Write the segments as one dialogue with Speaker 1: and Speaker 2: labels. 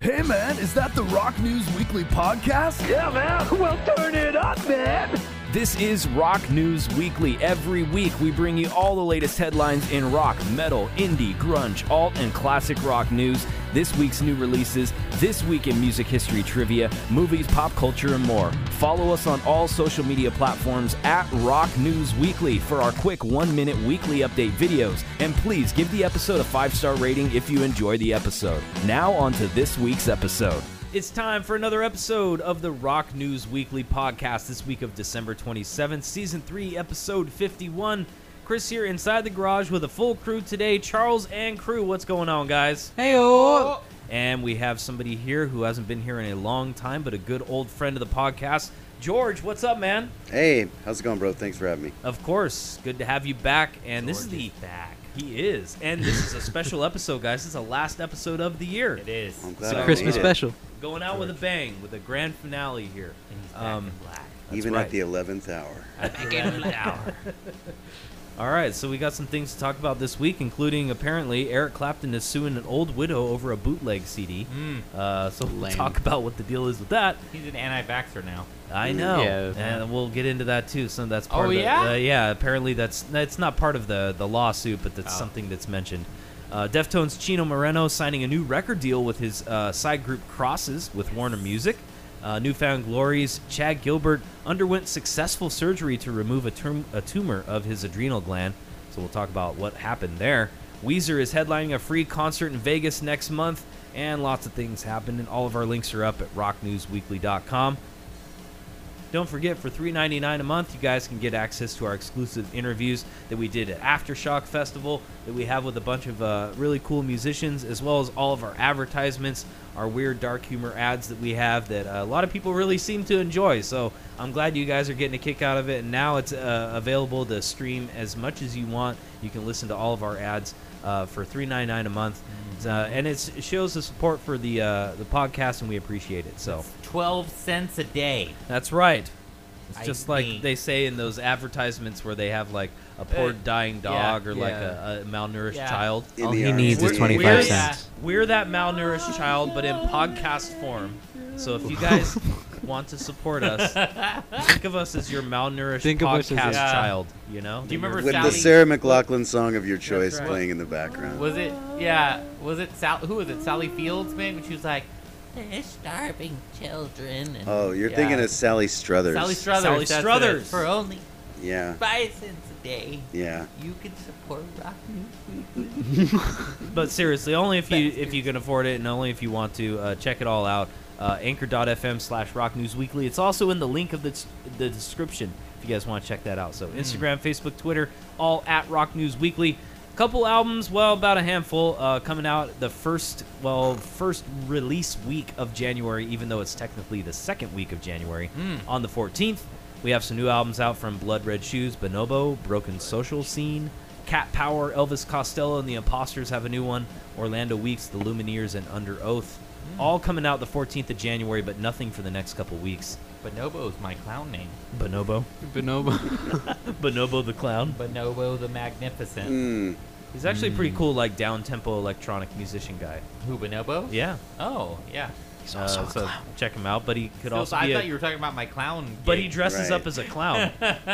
Speaker 1: Hey man, is that the Rock News Weekly podcast?
Speaker 2: Yeah, man. Well, turn it up, man.
Speaker 3: This is Rock News Weekly. Every week, we bring you all the latest headlines in rock, metal, indie, grunge, alt, and classic rock news, this week's new releases, this week in music history trivia, movies, pop culture, and more. Follow us on all social media platforms at Rock News Weekly for our quick one minute weekly update videos. And please give the episode a five star rating if you enjoy the episode. Now, on to this week's episode.
Speaker 4: It's time for another episode of the Rock News Weekly podcast this week of December 27th, season 3, episode 51. Chris here inside the garage with a full crew today. Charles and crew, what's going on, guys?
Speaker 5: Hey, oh.
Speaker 4: And we have somebody here who hasn't been here in a long time, but a good old friend of the podcast. George, what's up, man?
Speaker 6: Hey, how's it going, bro? Thanks for having me.
Speaker 4: Of course, good to have you back. And this is the back. He is, and this is a special episode, guys. This is the last episode of the year.
Speaker 7: It is.
Speaker 6: I'm glad
Speaker 5: It's
Speaker 6: I
Speaker 5: a
Speaker 6: made
Speaker 5: Christmas
Speaker 6: it,
Speaker 5: special.
Speaker 4: Going out with a bang, with a grand finale here.
Speaker 7: And he's back
Speaker 4: Um,
Speaker 7: in black.
Speaker 6: Even
Speaker 4: right.
Speaker 6: at the 11th hour.
Speaker 4: All right, so we got some things to talk about this week, including apparently Eric Clapton is suing an old widow over a bootleg CD. Uh, so we'll
Speaker 5: Lame.
Speaker 4: talk about what the deal is with that.
Speaker 7: He's an anti-vaxxer now.
Speaker 4: I know,
Speaker 5: Yeah.
Speaker 4: and we'll get into that too. Some that's part
Speaker 7: Oh,
Speaker 4: of the,
Speaker 7: yeah?
Speaker 4: uh, yeah. Apparently that's that's not part of the the lawsuit, but that's
Speaker 7: Oh.
Speaker 4: something that's mentioned. Uh, Deftones Chino Moreno signing a new record deal with his uh, side group Crosses with Warner Music. Uh, Newfound Glories Chad Gilbert underwent successful surgery to remove a, term, a tumor of his adrenal gland, so we'll talk about what happened there. Weezer is headlining a free concert in Vegas next month, and lots of things happened. And all of our links are up at rocknewsweekly.com. Don't forget, for $3.99 a month, you guys can get access to our exclusive interviews that we did at Aftershock Festival, that we have with a bunch of uh, really cool musicians, as well as all of our advertisements, our weird dark humor ads that we have that uh, a lot of people really seem to enjoy. So I'm glad you guys are getting a kick out of it. And now it's uh, available to stream as much as you want. You can listen to all of our ads uh, for $3.99 a month. Uh, and it's, it shows the support for the, uh, the podcast, and we appreciate it. So.
Speaker 7: Twelve cents a day.
Speaker 4: That's right. It's
Speaker 7: I
Speaker 4: just like
Speaker 7: think-
Speaker 4: they say in those advertisements where they have like a poor
Speaker 7: Uh,
Speaker 4: dying dog or like
Speaker 5: yeah.
Speaker 4: a, a malnourished
Speaker 7: Yeah.
Speaker 4: child.
Speaker 6: In
Speaker 5: All
Speaker 6: the
Speaker 5: he
Speaker 6: hour.
Speaker 5: needs is
Speaker 6: Yeah.
Speaker 5: 25
Speaker 4: we're,
Speaker 5: cents.
Speaker 4: We're that malnourished child, but in podcast form. So if you guys want to support us, think of us as your malnourished
Speaker 5: Think of us
Speaker 4: podcast
Speaker 5: as-
Speaker 7: Yeah.
Speaker 4: child. You know?
Speaker 7: Do you
Speaker 4: That you're-
Speaker 7: remember
Speaker 6: With the
Speaker 7: Sally-
Speaker 6: Sarah McLaughlin song of your choice
Speaker 4: right.
Speaker 6: playing in the background.
Speaker 7: Was it? Yeah. Was it Sal? Who was it? Sally Fields, maybe. She was like, "They're starving children." And
Speaker 6: oh, you're
Speaker 7: yeah.
Speaker 6: thinking of Sally Struthers.
Speaker 7: Sally Struthers.
Speaker 4: Sally
Speaker 7: that's it.
Speaker 4: Struthers.
Speaker 7: For only
Speaker 6: Yeah,
Speaker 7: five cents a day,
Speaker 6: yeah.
Speaker 7: you can support Rock News Weekly.
Speaker 4: But seriously, only if you if you can afford it, and only if you want to uh, check it all out. Uh, Anchor.fm slash Rock News Weekly. It's also in the link of the s- the description if you guys want to check that out. So Instagram, Facebook, Twitter, all at Rock News Weekly. Couple albums, well, about a handful uh, coming out the first well first release week of January, even though it's technically the second week of January. On the 14th, we have some new albums out from Blood Red Shoes, Bonobo, Broken Social Scene, Cat Power, Elvis Costello, and the Imposters have a new one. Orlando Weeks, The Lumineers, and Under Oath. All coming out the 14th of January, but nothing for the next couple weeks.
Speaker 7: Bonobo's my clown name.
Speaker 4: Bonobo.
Speaker 5: Bonobo.
Speaker 4: Bonobo the Clown.
Speaker 7: Bonobo the Magnificent.
Speaker 6: Mm.
Speaker 4: He's actually a pretty cool, like, down tempo electronic musician guy.
Speaker 7: Who Bonobo?
Speaker 4: Yeah.
Speaker 7: Oh, yeah.
Speaker 4: He's also so check him out, but he could
Speaker 7: Still,
Speaker 4: also
Speaker 7: I
Speaker 4: be
Speaker 7: thought
Speaker 4: a,
Speaker 7: you were talking about my clown.
Speaker 4: But he
Speaker 7: gig.
Speaker 4: dresses
Speaker 6: Right.
Speaker 4: up as a clown.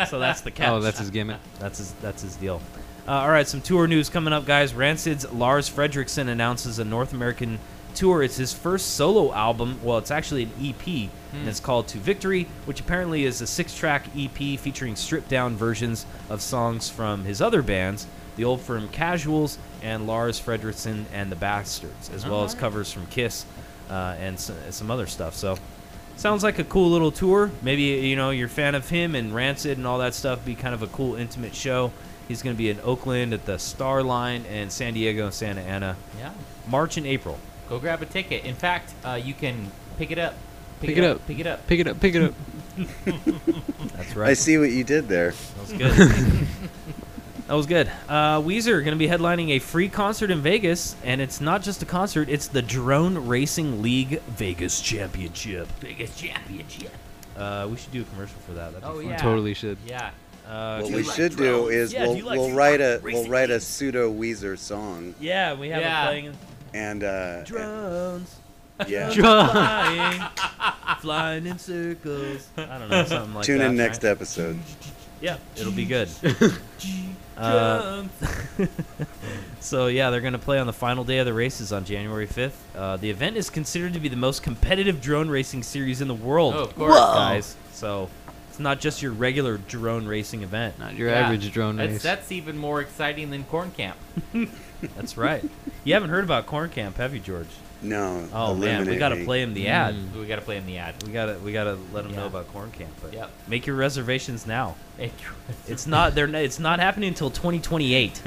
Speaker 4: so that's the catch.
Speaker 5: Oh, that's his gimmick.
Speaker 4: That's his. That's his deal. Uh, all right, some tour news coming up, guys. Rancid's Lars Fredriksson announces a North American tour. It's his first solo album. Well, it's actually an EP, and it's called To Victory, which apparently is a six-track EP featuring stripped-down versions of songs from his other bands, The Old Firm Casuals and Lars Fredriksson and the Bastards, as well as covers from Kiss uh, and s- some other stuff. So. Sounds like a cool little tour. Maybe you know you're a fan of him and Rancid and all that stuff. Be kind of a cool, intimate show. He's going to be in Oakland at the Star Line and San Diego and Santa Ana,
Speaker 7: Yeah.
Speaker 4: March and April.
Speaker 7: Go grab a ticket. In fact, uh, you can pick it up.
Speaker 5: Pick it up.
Speaker 7: Pick it up.
Speaker 5: Pick it up. Pick it up.
Speaker 4: That's
Speaker 6: I see what you did there.
Speaker 4: That was good. that was good. Uh, Weezer going to be headlining a free concert in Vegas, and it's not just a concert; it's the Drone Racing League Vegas Championship.
Speaker 7: Biggest championship.
Speaker 4: Uh, we should do a commercial for that. That'd be
Speaker 7: Oh
Speaker 4: fun.
Speaker 7: yeah.
Speaker 5: Totally should.
Speaker 7: Yeah.
Speaker 4: Uh,
Speaker 6: What
Speaker 4: do
Speaker 6: we
Speaker 4: you like-
Speaker 6: should do is
Speaker 4: Yeah, do
Speaker 6: we'll,
Speaker 4: you like-
Speaker 6: we'll
Speaker 4: do you like
Speaker 6: write a we'll
Speaker 4: racing
Speaker 6: write a pseudo Weezer song
Speaker 4: yeah, we have
Speaker 7: Yeah.
Speaker 4: a playing
Speaker 6: and uh,
Speaker 4: drones.
Speaker 6: Yeah.
Speaker 5: Drunk.
Speaker 4: flying, flying in circles. I don't know, something like
Speaker 6: Tune
Speaker 4: that.
Speaker 6: in next
Speaker 4: right?
Speaker 6: episode.
Speaker 4: Yeah, it'll be good. Uh, so yeah, they're going to play on the final day of the races on January 5th. Uh, the event is considered to be the most competitive drone racing series in the world,
Speaker 7: Oh, of course.
Speaker 4: guys. So it's not just your regular drone racing event.
Speaker 5: Not your
Speaker 7: Yeah.
Speaker 5: average drone
Speaker 7: That's,
Speaker 5: race.
Speaker 7: that's even more exciting than corn camp.
Speaker 4: That's right. you haven't heard about Corn Camp, have you, George?
Speaker 6: No.
Speaker 4: Oh man, we
Speaker 6: eliminate
Speaker 4: got to
Speaker 6: me.
Speaker 4: play him the ad.
Speaker 5: Mm.
Speaker 7: We got to play in the ad.
Speaker 4: We gotta we gotta let them know
Speaker 7: Yeah.
Speaker 4: about Corn Camp. But
Speaker 7: Yep.
Speaker 4: make your reservations now. It's not they're it's not happening until 2028,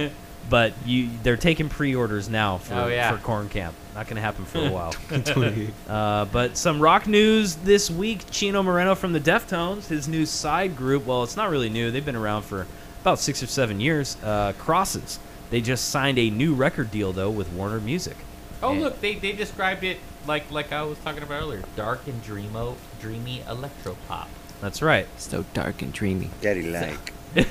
Speaker 4: but you they're taking pre-orders now for
Speaker 7: Oh, yeah.
Speaker 4: for Corn Camp. Not gonna happen for a while. Uh, but some rock news this week: Chino Moreno from the Deftones, his new side group. Well, it's not really new. They've been around for about six or seven years. Uh, Crosses. They just signed a new record deal though with Warner Music.
Speaker 7: Oh
Speaker 4: Yeah.
Speaker 7: look, they, they described it like like I was talking about earlier, dark and dreamo, dreamy electro pop.
Speaker 4: That's right.
Speaker 5: so dark and dreamy.
Speaker 6: Daddy like.
Speaker 7: So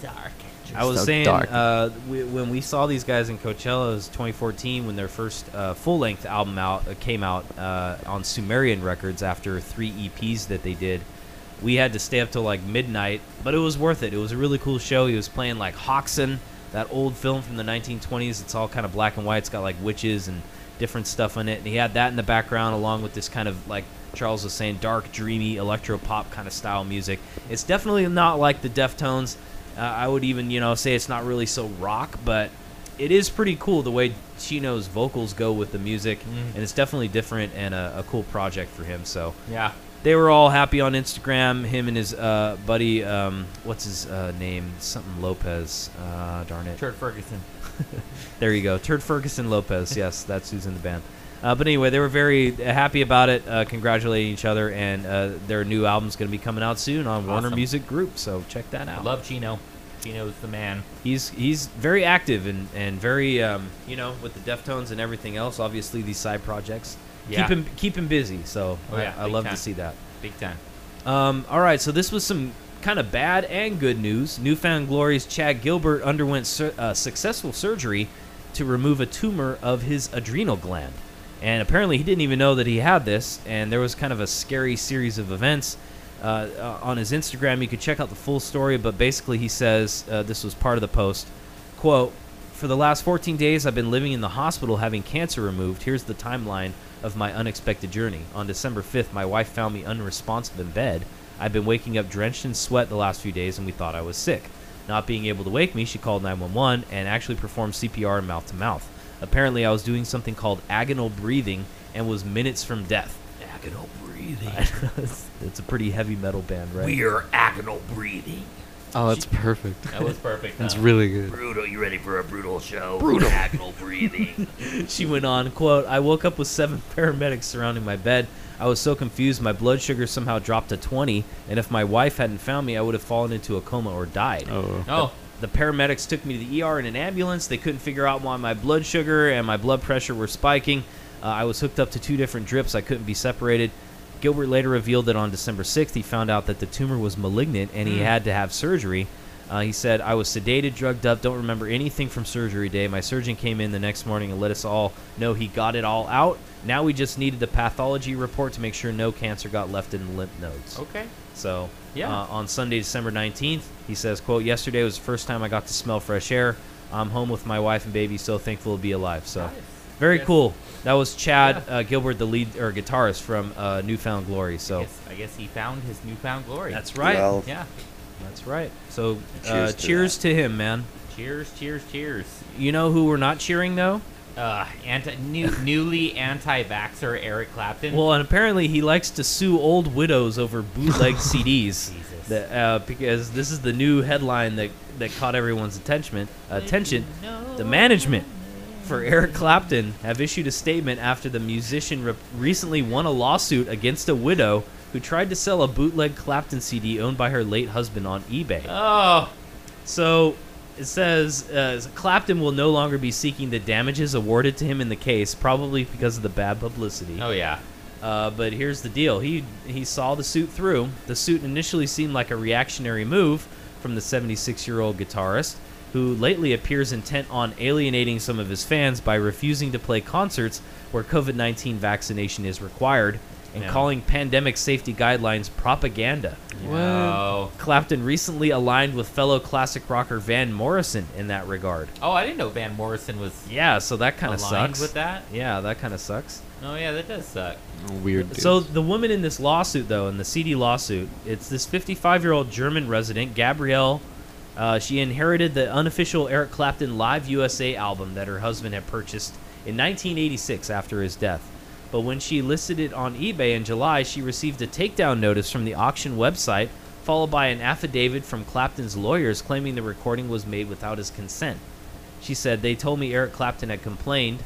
Speaker 7: dark. and
Speaker 4: I was
Speaker 5: so
Speaker 4: saying
Speaker 5: dark.
Speaker 4: uh, we, when we saw these guys in Coachella's 2014 when their first uh, full-length album out uh, came out uh, on Sumerian Records after three EPs that they did. We had to stay up till like midnight, but it was worth it. It was a really cool show. He was playing like Hoxon, that old film from the 1920s. It's all kind of black and white. It's got like witches and different stuff in it. And he had that in the background along with this kind of like Charles was saying dark, dreamy electro pop kind of style music. It's definitely not like the Deftones. Uh, I would even, you know, say it's not really so rock, but it is pretty cool the way Chino's vocals go with the music, and it's definitely different and a, a cool project for him. So
Speaker 7: dreamy. Yeah.
Speaker 4: they were all happy on Instagram. Him and his uh, buddy, um, what's his uh, name? Something Lopez. Uh, darn it.
Speaker 7: Turd Ferguson.
Speaker 4: There you go. Turd Ferguson Lopez. Yes, that's who's in the band. Uh, but anyway, they were very happy about it, uh, congratulating each other, and uh, their new album's going to be coming out soon on Warner
Speaker 7: Awesome.
Speaker 4: Music Group. So check that
Speaker 7: I
Speaker 4: out.
Speaker 7: love Chino. Chino's the man.
Speaker 4: he's he's very active and and very um, you know with the Deftones and everything else. Obviously, these side projects
Speaker 7: Yeah.
Speaker 4: keep him keep him busy. So
Speaker 7: Oh,
Speaker 4: I,
Speaker 7: yeah,
Speaker 4: I
Speaker 7: big
Speaker 4: love to
Speaker 7: time.
Speaker 4: see that.
Speaker 7: Big time.
Speaker 4: Um, all right, so this was some kind of bad and good news. Newfound Glory's Chad Gilbert underwent sur- uh, successful surgery to remove a tumor of his adrenal gland. And apparently, he didn't even know that he had this, and there was kind of a scary series of events. Uh, uh, on his Instagram, you could check out the full story, but basically, he says uh, this was part of the post. Quote, for the last 14 days, I've been living in the hospital having cancer removed. Here's the timeline of my unexpected journey. On December 5th, my wife found me unresponsive in bed. I've been waking up drenched in sweat the last few days, and we thought I was sick. Not being able to wake me, she called 911 and actually performed CPR and mouth to mouth. Apparently, I was doing something called agonal breathing and was minutes from death. Agonal breathing. it's a pretty heavy metal band, right?
Speaker 2: We're agonal breathing.
Speaker 5: Oh, that's perfect.
Speaker 7: That was perfect.
Speaker 5: That's
Speaker 7: huh?
Speaker 5: really good.
Speaker 2: Brutal, you ready for a brutal show? Brutal. Agonal breathing.
Speaker 4: she went on quote i woke up with seven paramedics surrounding my bed i was so confused my blood sugar somehow dropped to 20 and if my wife hadn't found me i would have fallen into a coma or died
Speaker 5: Oh.
Speaker 7: oh,
Speaker 4: the paramedics took me to the ER in an ambulance. They couldn't figure out why my blood sugar and my blood pressure were spiking. Uh, I was hooked up to two different drips. I couldn't be separated. Gilbert later revealed that on December 6th, he found out that the tumor was malignant and
Speaker 7: Hmm.
Speaker 4: he had to have surgery. Uh, he said, I was sedated, drugged up, don't remember anything from surgery day. My surgeon came in the next morning and let us all know he got it all out. Now we just needed the pathology report to make sure no cancer got left in the lymph nodes.
Speaker 7: okay.
Speaker 4: So
Speaker 7: Yeah.
Speaker 4: uh, on Sunday, December 19th, he says, quote, yesterday was the first time I got to smell fresh air. I'm home with my wife and baby, so thankful to be alive. So
Speaker 7: Nice.
Speaker 4: very
Speaker 7: Yes.
Speaker 4: cool. That was Chad uh, Gilbert, the lead or guitarist from uh, Newfound Glory. So
Speaker 7: Yes, I guess he found his newfound glory.
Speaker 4: that's right.
Speaker 6: Well,
Speaker 7: yeah.
Speaker 4: That's right. So uh,
Speaker 6: Cheers to
Speaker 4: cheers
Speaker 6: that.
Speaker 4: to him, man.
Speaker 7: Cheers, cheers, cheers.
Speaker 4: You know who we're not cheering, though?
Speaker 7: Uh, anti new, newly anti-vaxxer Eric Clapton.
Speaker 4: Well, and apparently he likes to sue old widows over bootleg CDs.
Speaker 7: Jesus.
Speaker 4: The, uh, because this is the new headline that, that caught everyone's attention. Attention. The management for Eric Clapton have issued a statement after the musician re- recently won a lawsuit against a widow who tried to sell a bootleg Clapton CD owned by her late husband on eBay.
Speaker 7: Oh,
Speaker 4: So it says uh, Clapton will no longer be seeking the damages awarded to him in the case, probably because of the bad publicity.
Speaker 7: oh yeah.
Speaker 4: Uh, but here's the deal: he he saw the suit through. The suit initially seemed like a reactionary move from the 76-year-old guitarist. who lately appears intent on alienating some of his fans by refusing to play concerts where COVID 19 vaccination is required and
Speaker 7: Yeah.
Speaker 4: calling pandemic safety guidelines propaganda.
Speaker 7: Oh.
Speaker 4: Clapton recently aligned with fellow classic rocker Van Morrison in that regard.
Speaker 7: Oh, I didn't know Van Morrison was
Speaker 4: Yeah, so that kind of
Speaker 7: aligned
Speaker 4: sucks.
Speaker 7: with that.
Speaker 4: Yeah, that kind of sucks.
Speaker 7: Oh yeah, that does suck.
Speaker 5: Weird. Dude.
Speaker 4: So the woman in this lawsuit, though, in the CD lawsuit, it's this 55-year-old German resident, Gabrielle. Uh, she inherited the unofficial Eric Clapton Live USA album that her husband had purchased in 1986 after his death. But when she listed it on eBay in July, she received a takedown notice from the auction website, followed by an affidavit from Clapton's lawyers claiming the recording was made without his consent. She said, They told me Eric Clapton had complained.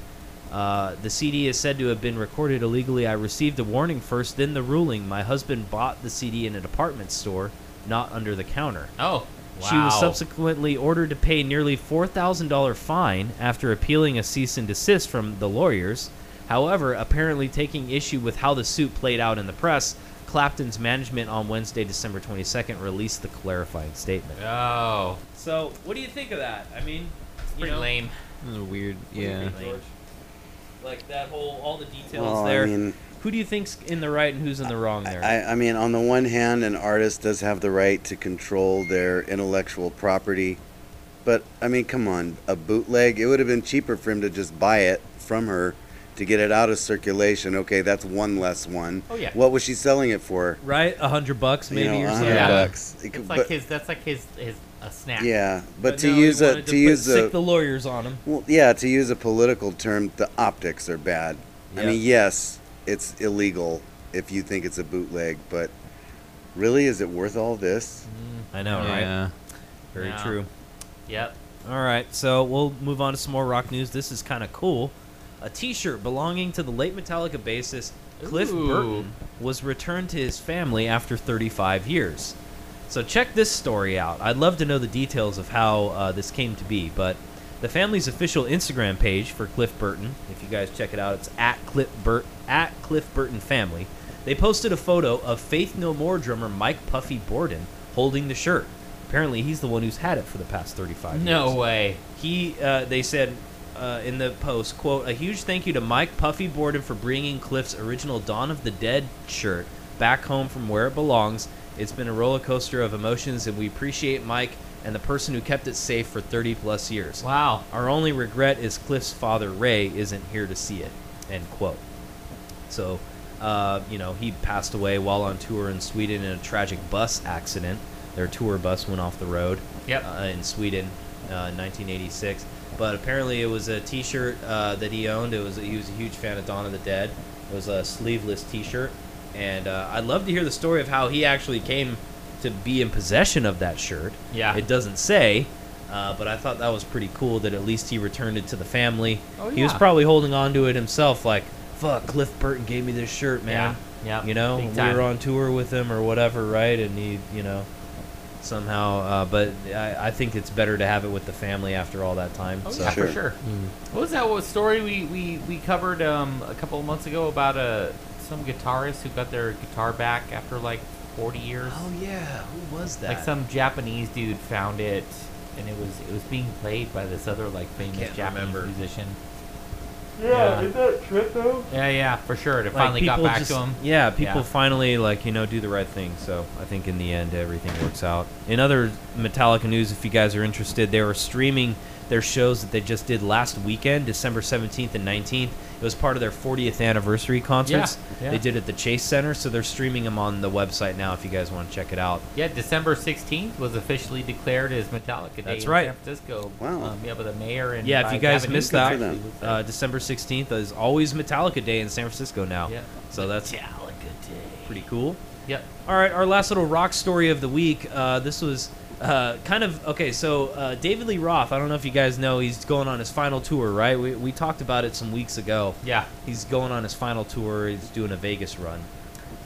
Speaker 4: Uh, the CD is said to have been recorded illegally. I received a warning first, then the ruling. My husband bought the CD in a department store, not under the counter.
Speaker 7: Oh, wow.
Speaker 4: She was subsequently ordered to pay nearly $4,000 fine after appealing a cease and desist from the lawyers. However, apparently taking issue with how the suit played out in the press, Clapton's management on Wednesday, December 22nd, released the clarifying statement.
Speaker 7: Oh,
Speaker 4: So, what do you think of that? I mean,
Speaker 7: it's pretty lame.
Speaker 5: This is weird. Yeah.
Speaker 7: think, George?
Speaker 4: Like that whole, all the details
Speaker 6: Well,
Speaker 4: there.
Speaker 6: I mean,
Speaker 4: Who do you think's in the right and who's in the wrong there?
Speaker 6: I, I mean, on the one hand, an artist does have the right to control their intellectual property, but I mean, come on, a bootleg. It would have been cheaper for him to just buy it from her to get it out of circulation. Okay, that's one less one.
Speaker 7: Oh, yeah.
Speaker 6: What was she selling it for?
Speaker 4: right, a hundred bucks maybe
Speaker 6: you know,
Speaker 4: or
Speaker 6: a
Speaker 4: something.
Speaker 6: hundred
Speaker 7: Yeah.
Speaker 6: bucks. It could-
Speaker 7: It's like
Speaker 6: but-
Speaker 7: his. That's like his. His a snack.
Speaker 6: yeah, but, to
Speaker 4: no, he
Speaker 6: use a
Speaker 4: wanted
Speaker 6: to,
Speaker 4: put-
Speaker 6: use a
Speaker 4: sick the lawyers on him.
Speaker 6: Well, yeah, to use a political term, the optics are bad. I
Speaker 4: Yeah.
Speaker 6: mean, yes, it's illegal if you think it's a bootleg, but really, is it worth all this?
Speaker 4: I know, right?
Speaker 5: yeah.
Speaker 4: Very
Speaker 7: Yeah.
Speaker 4: true.
Speaker 7: Mm, Yep.
Speaker 4: All right, so we'll move on to some more rock news. This is kind of cool. A T-shirt belonging to the late Metallica bassist Cliff
Speaker 7: Ooh.
Speaker 4: Burton was returned to his family after 35 years. So check this story out. I'd love to know the details of how uh, this came to be, but the family's official Instagram page for Cliff Burton, if you guys check it out, it's at Cliff Bur- at Cliff Burton Family. They posted a photo of Faith No More drummer Mike Puffy Borden holding the shirt. Apparently, he's the one who's had it for the past 35 years
Speaker 7: No way.
Speaker 4: he uh, they said uh, in the post quote a huge thank you to mike puffy borden for bringing cliff's original dawn of the dead shirt back home from where it belongs it's been a roller coaster of emotions and we appreciate mike and the person who kept it safe for 30 plus years
Speaker 7: Wow.
Speaker 4: our only regret is cliff's father ray isn't here to see it end quote so uh, you know he passed away while on tour in sweden in a tragic bus accident their tour bus went off the road
Speaker 7: Yep.
Speaker 4: uh, in Sweden uh, in 1986. But apparently, it was a T-shirt uh, that he owned. It was he was a huge fan of Dawn of the Dead. It was a sleeveless T-shirt, and uh, I'd love to hear the story of how he actually came to be in possession of that shirt.
Speaker 7: Yeah.
Speaker 4: it doesn't say. Uh, but I thought that was pretty cool that at least he returned it to the family.
Speaker 7: Oh,
Speaker 4: He was
Speaker 7: yeah.
Speaker 4: probably holding on to it himself, like, fuck, Cliff Burton gave me this shirt, man.
Speaker 7: Yeah, yeah,
Speaker 4: You know,
Speaker 7: big
Speaker 4: we
Speaker 7: time.
Speaker 4: were on tour with him or whatever, right? And he, you know, somehow. Uh, but I, I think it's better to have it with the family after all that time.
Speaker 7: Oh
Speaker 4: so.
Speaker 7: yeah,
Speaker 6: Sure.
Speaker 7: for sure.
Speaker 5: Mm.
Speaker 7: What was that what story we, we, we covered um, a couple of months ago about uh, some guitarist who got their guitar back after like 40 years?
Speaker 4: Oh, yeah, who was that?
Speaker 7: like some Japanese dude found it, and it was it was being played by this other like famous
Speaker 4: can't
Speaker 7: Japanese
Speaker 4: remember.
Speaker 7: musician. Yeah, is that trip though? Yeah, yeah, for sure. It
Speaker 4: Like,
Speaker 7: finally got
Speaker 4: people
Speaker 7: back
Speaker 4: just-
Speaker 7: to him.
Speaker 4: Yeah, people
Speaker 7: Yeah.
Speaker 4: finally like you know do the right thing. So I think in the end everything works out. In other Metallica news, if you guys are interested, they were streaming their shows that they just did last weekend, December seventeenth and nineteenth. It was part of their fortieth anniversary concerts
Speaker 7: Yeah, yeah.
Speaker 4: they did at the Chase Center. So they're streaming them on the website now. If you guys want to check it out,
Speaker 7: Yeah, December 16th was officially declared as Metallica Day
Speaker 4: That's
Speaker 7: in
Speaker 4: right.
Speaker 7: San Francisco.
Speaker 6: Wow.
Speaker 7: Um, yeah, but the mayor and
Speaker 4: yeah, if
Speaker 7: by
Speaker 4: you guys
Speaker 7: Gavin
Speaker 4: missed
Speaker 7: Newsom
Speaker 4: that,
Speaker 6: for
Speaker 7: actually
Speaker 6: them.
Speaker 7: was there.
Speaker 4: uh, December sixteenth is always Metallica Day in San Francisco now.
Speaker 7: Yeah.
Speaker 4: So that's
Speaker 7: Metallica Day.
Speaker 4: pretty cool.
Speaker 7: Yep.
Speaker 4: All right, our last little rock story of the week. Uh, this was uh, kind of okay. So uh, David Lee Roth. I don't know if you guys know, he's going on his final tour, right? We we talked about it some weeks ago.
Speaker 7: Yeah.
Speaker 4: He's going on his final tour. He's doing a Vegas run.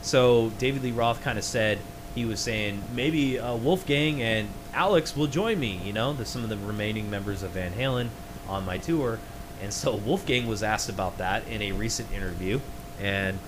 Speaker 4: So David Lee Roth kind of said he was saying maybe uh, Wolfgang and Alex will join me. You know, the, some of the remaining members of Van Halen on my tour. And so Wolfgang was asked about that in a recent interview, and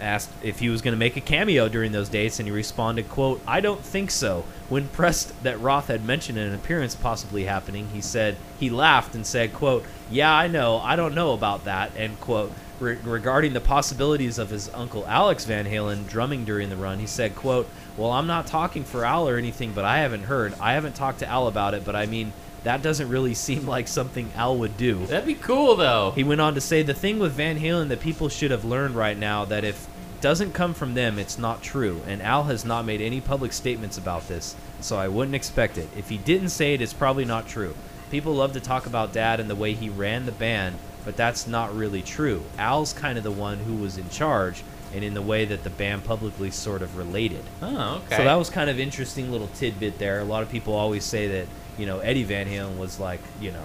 Speaker 4: asked if he was going to make a cameo during those dates, and he responded, "quote I don't think so." When pressed that Roth had mentioned an appearance possibly happening, he said he laughed and said, "quote Yeah, I know. I don't know about that." End quote. Re- regarding the possibilities of his uncle Alex Van Halen drumming during the run, he said, "quote Well, I'm not talking for Al or anything, but I haven't heard. I haven't talked to Al about it, but I mean." That doesn't really seem like something Al would do.
Speaker 7: That'd be cool though.
Speaker 4: He went on to say the thing with Van Halen that people should have learned right now that if doesn't come from them, it's not true, and Al has not made any public statements about this, so I wouldn't expect it. If he didn't say it, it's probably not true. People love to talk about Dad and the way he ran the band, but that's not really true. Al's kind of the one who was in charge, and in the way that the band publicly sort of related.
Speaker 7: oh, okay.
Speaker 4: So that was kind of interesting little tidbit there. A lot of people always say that you know Eddie Van Halen was like you know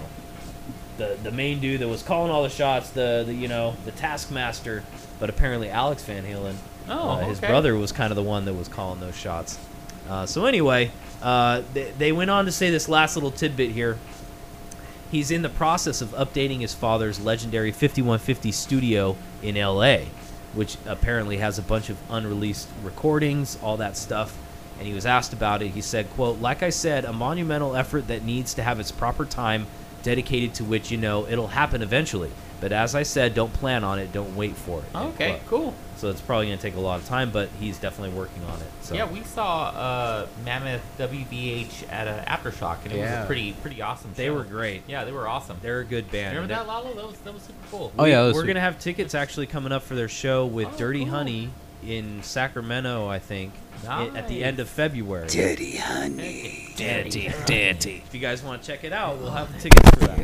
Speaker 4: the the main dude that was calling all the shots, the, the you know the taskmaster. But apparently Alex Van Halen,
Speaker 7: Oh,
Speaker 4: uh, his
Speaker 7: okay.
Speaker 4: brother, was kind of the one that was calling those shots. Uh, so anyway, uh, they, they went on to say this last little tidbit here. He's in the process of updating his father's legendary 5150 studio in LA, which apparently has a bunch of unreleased recordings, all that stuff. And he was asked about it. He said, quote, "Like I said, a monumental effort that needs to have its proper time dedicated to which, you know, it'll happen eventually. But as I said, don't plan on it, don't wait for it." end
Speaker 7: okay,
Speaker 4: quote.
Speaker 7: cool.
Speaker 4: So it's probably going to take a lot of time, but he's definitely working on it. So
Speaker 7: Yeah, we saw uh, Mammoth WBH at uh, Aftershock, and it was
Speaker 5: Yeah.
Speaker 7: a pretty pretty awesome.
Speaker 4: they
Speaker 7: show.
Speaker 4: were great.
Speaker 7: Yeah, they were awesome.
Speaker 4: They're a good band.
Speaker 7: Remember
Speaker 4: They're-
Speaker 7: that Lalo? That was that was super cool.
Speaker 5: Oh, yeah, that was
Speaker 4: we're
Speaker 5: sweet.
Speaker 4: gonna have tickets actually coming up for their show with
Speaker 7: Oh,
Speaker 4: Dirty
Speaker 7: cool.
Speaker 4: Honey in Sacramento, I think, i- at the
Speaker 7: Nice.
Speaker 4: end of February.
Speaker 6: Dirty honey.
Speaker 7: Heck,
Speaker 2: Dirty, dirty.
Speaker 4: If you guys want to check it out, we'll have tickets for that.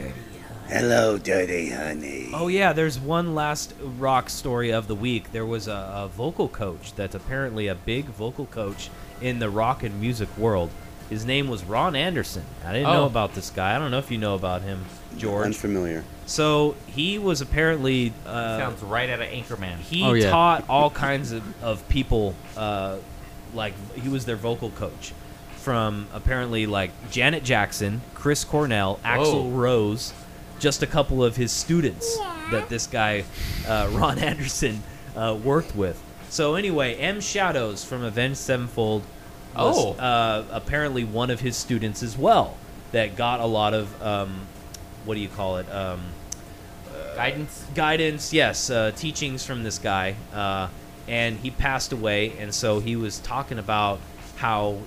Speaker 6: Hello, dirty honey.
Speaker 4: Oh yeah, there's one last rock story of the week. There was a, a vocal coach that's apparently a big vocal coach in the rock and music world. His name was Ron Anderson. I didn't know
Speaker 7: Oh.
Speaker 4: about this guy. I don't know if you know about him, George.
Speaker 6: Unfamiliar.
Speaker 4: So he was apparently uh,
Speaker 7: Sounds right out of Anchorman.
Speaker 4: he
Speaker 5: Oh, yeah.
Speaker 4: taught all kinds of, of people uh, like he was their vocal coach from apparently like janet jackson chris cornell axel
Speaker 7: Whoa.
Speaker 4: rose just a couple of his students that this guy uh, ron anderson uh, worked with so anyway m shadows from avenged sevenfold was
Speaker 7: Oh.
Speaker 4: uh, apparently one of his students as well that got a lot of um, what do you call it um,
Speaker 7: Guidance.
Speaker 4: guidance, yes, uh, teachings from this guy, uh, and he passed away, and so he was talking about how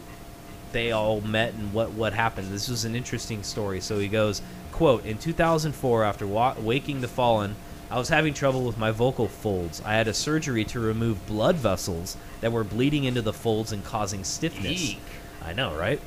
Speaker 4: they all met and what what happened. This was an interesting story. So he goes, quote, in 2004, after wa- waking the fallen, I was having trouble with my vocal folds. I had a surgery to remove blood vessels that were bleeding into the folds and causing stiffness.
Speaker 7: Eek.
Speaker 4: I know, right?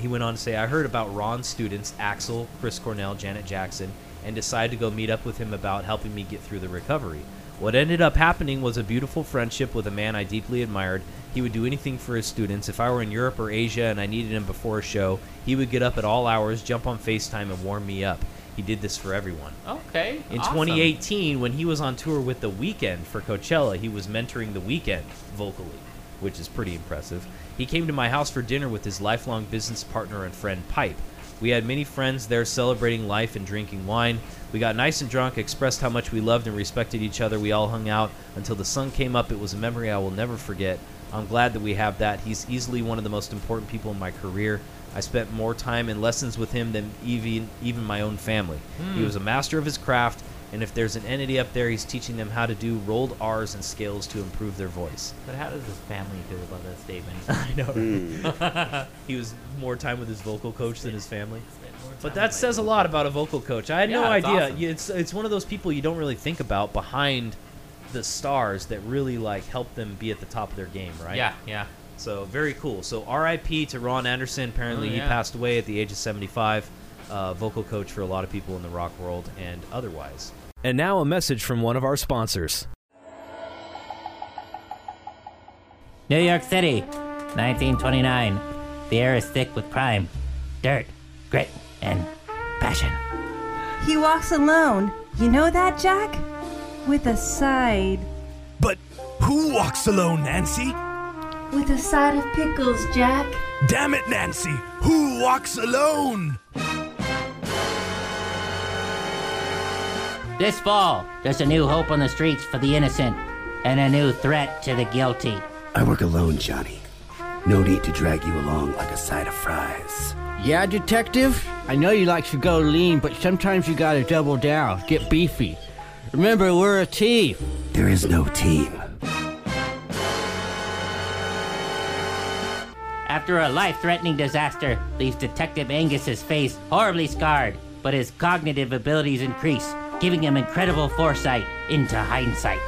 Speaker 4: He went on to say, I heard about Ron's students, Axel, Chris Cornell, Janet Jackson, and decided to go meet up with him about helping me get through the recovery. What ended up happening was a beautiful friendship with a man I deeply admired. He would do anything for his students. If I were in Europe or Asia and I needed him before a show, he would get up at all hours, jump on FaceTime, and warm me up. He did this for everyone.
Speaker 7: Okay.
Speaker 4: In
Speaker 7: awesome.
Speaker 4: 2018, when he was on tour with The Weeknd for Coachella, he was mentoring The Weeknd vocally, which is pretty impressive. He came to my house for dinner with his lifelong business partner and friend Pipe. We had many friends there celebrating life and drinking wine. We got nice and drunk, expressed how much we loved and respected each other. We all hung out until the sun came up. It was a memory I will never forget. I'm glad that we have that. He's easily one of the most important people in my career. I spent more time in lessons with him than even even my own family. He was a master of his craft, and if there's an entity up there, he's teaching them how to do rolled R's and scales to improve their voice.
Speaker 7: But how does his family feel about that statement?
Speaker 4: I know. he was more time with his vocal coach than his family. But that says a lot about a vocal coach. I had no
Speaker 7: Yeah, it's
Speaker 4: idea.
Speaker 7: awesome.
Speaker 4: You- It's it's one of those people you don't really think about behind the stars that really like help them be at the top of their game, right?
Speaker 7: Yeah, yeah.
Speaker 4: So very cool. So R.I.P. to Ron Anderson. Apparently
Speaker 7: Oh,
Speaker 4: he
Speaker 7: yeah.
Speaker 4: passed away at the age of 75. Uh, vocal coach for a lot of people in the rock world and otherwise. And now a message from one of our sponsors.
Speaker 8: New York City, 1929. The air is thick with crime, dirt, grit, and passion.
Speaker 9: He walks alone. You know that, Jack? With a side.
Speaker 1: But who walks alone, Nancy?
Speaker 9: With a side of pickles, Jack.
Speaker 1: Damn it, Nancy! Who walks alone?
Speaker 8: This fall, there's a new hope on the streets for the innocent. and a new threat to the guilty.
Speaker 10: I work alone, Johnny. No need to drag you along like a side of fries.
Speaker 11: Yeah, detective? I know you like to go lean, but sometimes you gotta double down, get beefy. Remember, we're a team.
Speaker 10: There is no team.
Speaker 8: After a life threatening disaster leaves Detective Angus's face horribly scarred, but his cognitive abilities increase, giving him incredible foresight into hindsight.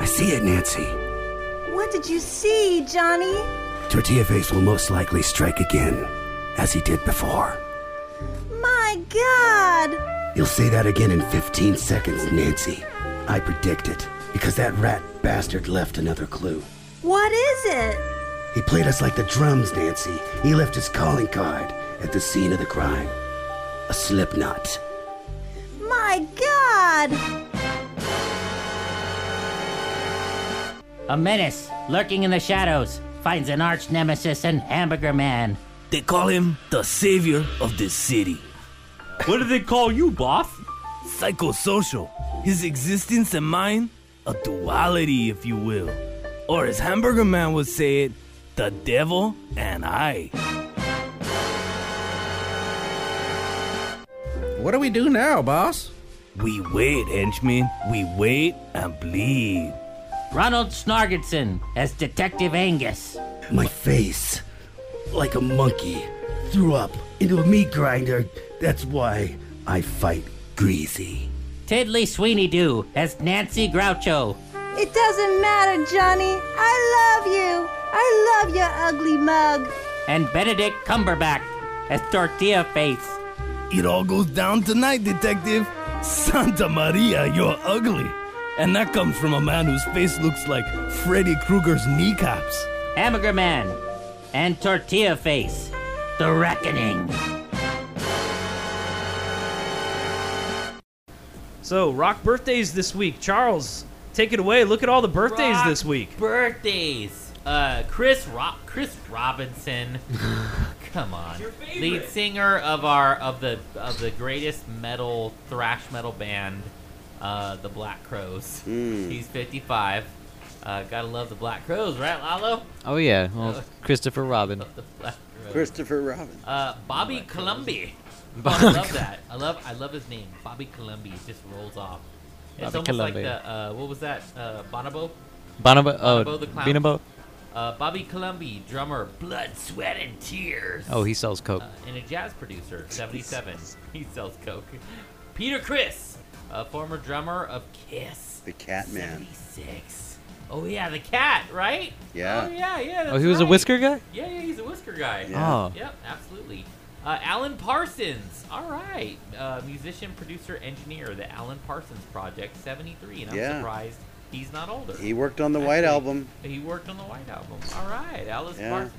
Speaker 10: I see it, Nancy.
Speaker 9: What did you see, Johnny?
Speaker 10: Tortilla Face will most likely strike again, as he did before.
Speaker 9: My God!
Speaker 10: You'll say that again in 15 seconds, Nancy. I predict it, because that rat bastard left another clue.
Speaker 9: What is it?
Speaker 10: He played us like the drums, Nancy. He left his calling card at the scene of the crime a slip knot.
Speaker 9: My God!
Speaker 8: A menace lurking in the shadows finds an arch nemesis in Hamburger Man.
Speaker 12: They call him the savior of this city.
Speaker 4: What do they call you, Boff?
Speaker 12: Psychosocial. His existence and mine, a duality, if you will. Or as Hamburger Man would say it, the devil and I.
Speaker 13: What do we do now, boss?
Speaker 12: We wait, henchmen. We wait and bleed.
Speaker 8: Ronald Snargetson as Detective Angus.
Speaker 10: My face, like a monkey, threw up into a meat grinder. That's why I fight greasy.
Speaker 8: Tiddly Sweeney Doo as Nancy Groucho.
Speaker 9: It doesn't matter, Johnny. I love you. I love your ugly mug.
Speaker 8: And Benedict Cumberbatch as Tortilla Face.
Speaker 12: It all goes down tonight, Detective. Santa Maria, you're ugly. And that comes from a man whose face looks like Freddy Krueger's kneecaps.
Speaker 8: Hamburger Man and Tortilla Face. The Reckoning.
Speaker 4: So, rock birthdays this week. Charles, take it away. Look at all the birthdays
Speaker 7: Rock
Speaker 4: this week.
Speaker 7: Birthdays. Uh, Chris Ro- Chris Robinson. Come on. Lead singer of our of the of the greatest metal thrash metal band, uh, the Black Crows. He's 55. Uh, gotta love the Black Crows, right, Lalo?
Speaker 5: Oh yeah, well, Christopher Robin.
Speaker 7: The Black Crows.
Speaker 6: Christopher Robin.
Speaker 7: Uh, Bobby Columbi. Oh, I love that. I love I love his name. Bobby Columbi It just rolls off. It's
Speaker 5: Bobby
Speaker 7: almost like
Speaker 5: Columbi.
Speaker 7: the uh, what was that? Uh, Bonobo.
Speaker 5: Bonobo, oh,
Speaker 7: Bonobo the Clown?
Speaker 5: Beanobo.
Speaker 7: Uh, Bobby Columbi, drummer, blood, sweat, and tears.
Speaker 5: Oh, he sells coke.
Speaker 7: Uh, and a jazz producer, 77. he sells coke. Peter Chris, a former drummer of Kiss,
Speaker 6: The Catman.
Speaker 7: 76. Oh yeah, the cat, right?
Speaker 6: Yeah.
Speaker 7: Oh yeah, yeah.
Speaker 5: Oh,
Speaker 7: that's
Speaker 5: he was a
Speaker 7: right.
Speaker 5: whisker guy.
Speaker 7: Yeah, yeah, he's a whisker guy.
Speaker 5: Yeah. Oh.
Speaker 7: Yep, absolutely. Uh, Alan Parsons. All right. Uh, musician, producer, engineer, the Alan Parsons Project, 73. And I'm
Speaker 6: Yeah.
Speaker 7: surprised he's not older.
Speaker 6: He worked on the White
Speaker 7: Actually,
Speaker 6: Album.
Speaker 7: He worked on the White Album. All right. Alice
Speaker 6: Yeah.
Speaker 7: Parsons.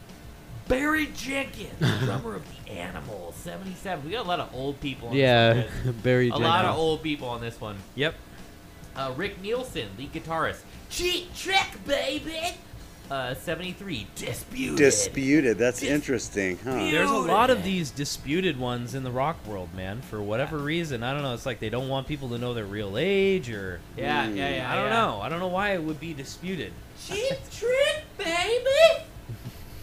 Speaker 7: Barry Jenkins, drummer of the Animals, 77. We got a lot of old people on
Speaker 5: Yeah,
Speaker 7: this one.
Speaker 5: Barry.
Speaker 7: A lot of
Speaker 5: Jenkins.
Speaker 7: old people on this one.
Speaker 4: Yep.
Speaker 7: Uh, Rick Nielsen, lead guitarist. Cheat trick, baby! Uh, 73. Disputed.
Speaker 6: Disputed. That's interesting, huh?
Speaker 4: There's a lot of these disputed ones in the rock world, man, for whatever reason. I don't know. It's like they don't want people to know their real age or.
Speaker 7: Yeah, yeah, yeah.
Speaker 4: I don't
Speaker 7: yeah.
Speaker 4: know. I don't know why it would be disputed.
Speaker 7: Cheap trick, baby.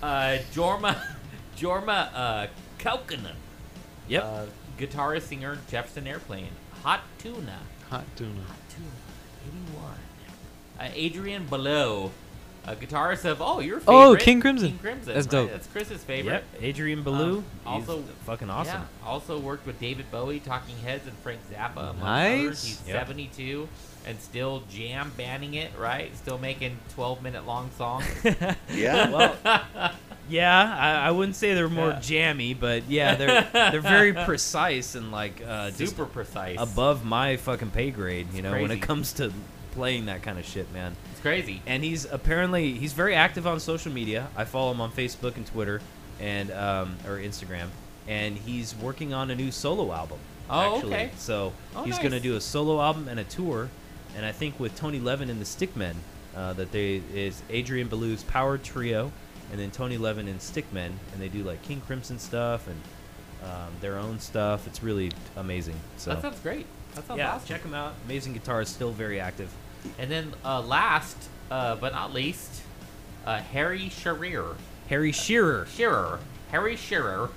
Speaker 7: Uh, Jorma, Jorma, uh, Kaukonen.
Speaker 4: Yep.
Speaker 7: Uh, guitarist, singer, Jefferson Airplane. Hot Tuna.
Speaker 5: Hot tuna.
Speaker 7: Tuna, 81. Uh, Adrian Below. A guitarist of, oh, your favorite.
Speaker 5: Oh, King Crimson.
Speaker 7: King Crimson.
Speaker 5: That's
Speaker 7: right?
Speaker 5: dope.
Speaker 7: That's Chris's
Speaker 4: yep.
Speaker 7: favorite.
Speaker 4: Adrian Ballou.
Speaker 7: Um, also-
Speaker 4: he's fucking awesome.
Speaker 7: Yeah, also worked with David Bowie, Talking Heads, and Frank Zappa. Among
Speaker 5: Nice.
Speaker 7: Others. He's
Speaker 4: Yep.
Speaker 7: 72 and still jam banning it, right? Still making 12 minute long songs.
Speaker 6: Yeah.
Speaker 4: Yeah, I, I wouldn't say they're more
Speaker 7: Yeah.
Speaker 4: jammy, but yeah, they're they're very precise and like uh, just
Speaker 7: Super precise.
Speaker 4: above my fucking pay grade. You know, when
Speaker 7: crazy.
Speaker 4: it comes to playing that kind of shit, man.
Speaker 7: It's crazy.
Speaker 4: And he's apparently he's very active on social media. I follow him on Facebook and Twitter, and um, or Instagram. And he's working on a new solo album.
Speaker 7: Oh,
Speaker 4: actually.
Speaker 7: okay.
Speaker 4: So
Speaker 7: Oh,
Speaker 4: he's
Speaker 7: nice.
Speaker 4: gonna do a solo album and a tour, and I think with Tony Levin and the Stickmen, uh, that they is Adrian Belou's Power Trio, and then Tony Levin and Stickmen, and they do like King Crimson stuff and um, their own stuff. It's really amazing. So
Speaker 7: That sounds great. That sounds
Speaker 4: yeah,
Speaker 7: awesome.
Speaker 4: check him out. Amazing guitarist, still very active.
Speaker 7: And then uh, last uh, but not least, uh, Harry Shearer.
Speaker 4: Harry Shearer.
Speaker 7: Shearer. Harry Shearer.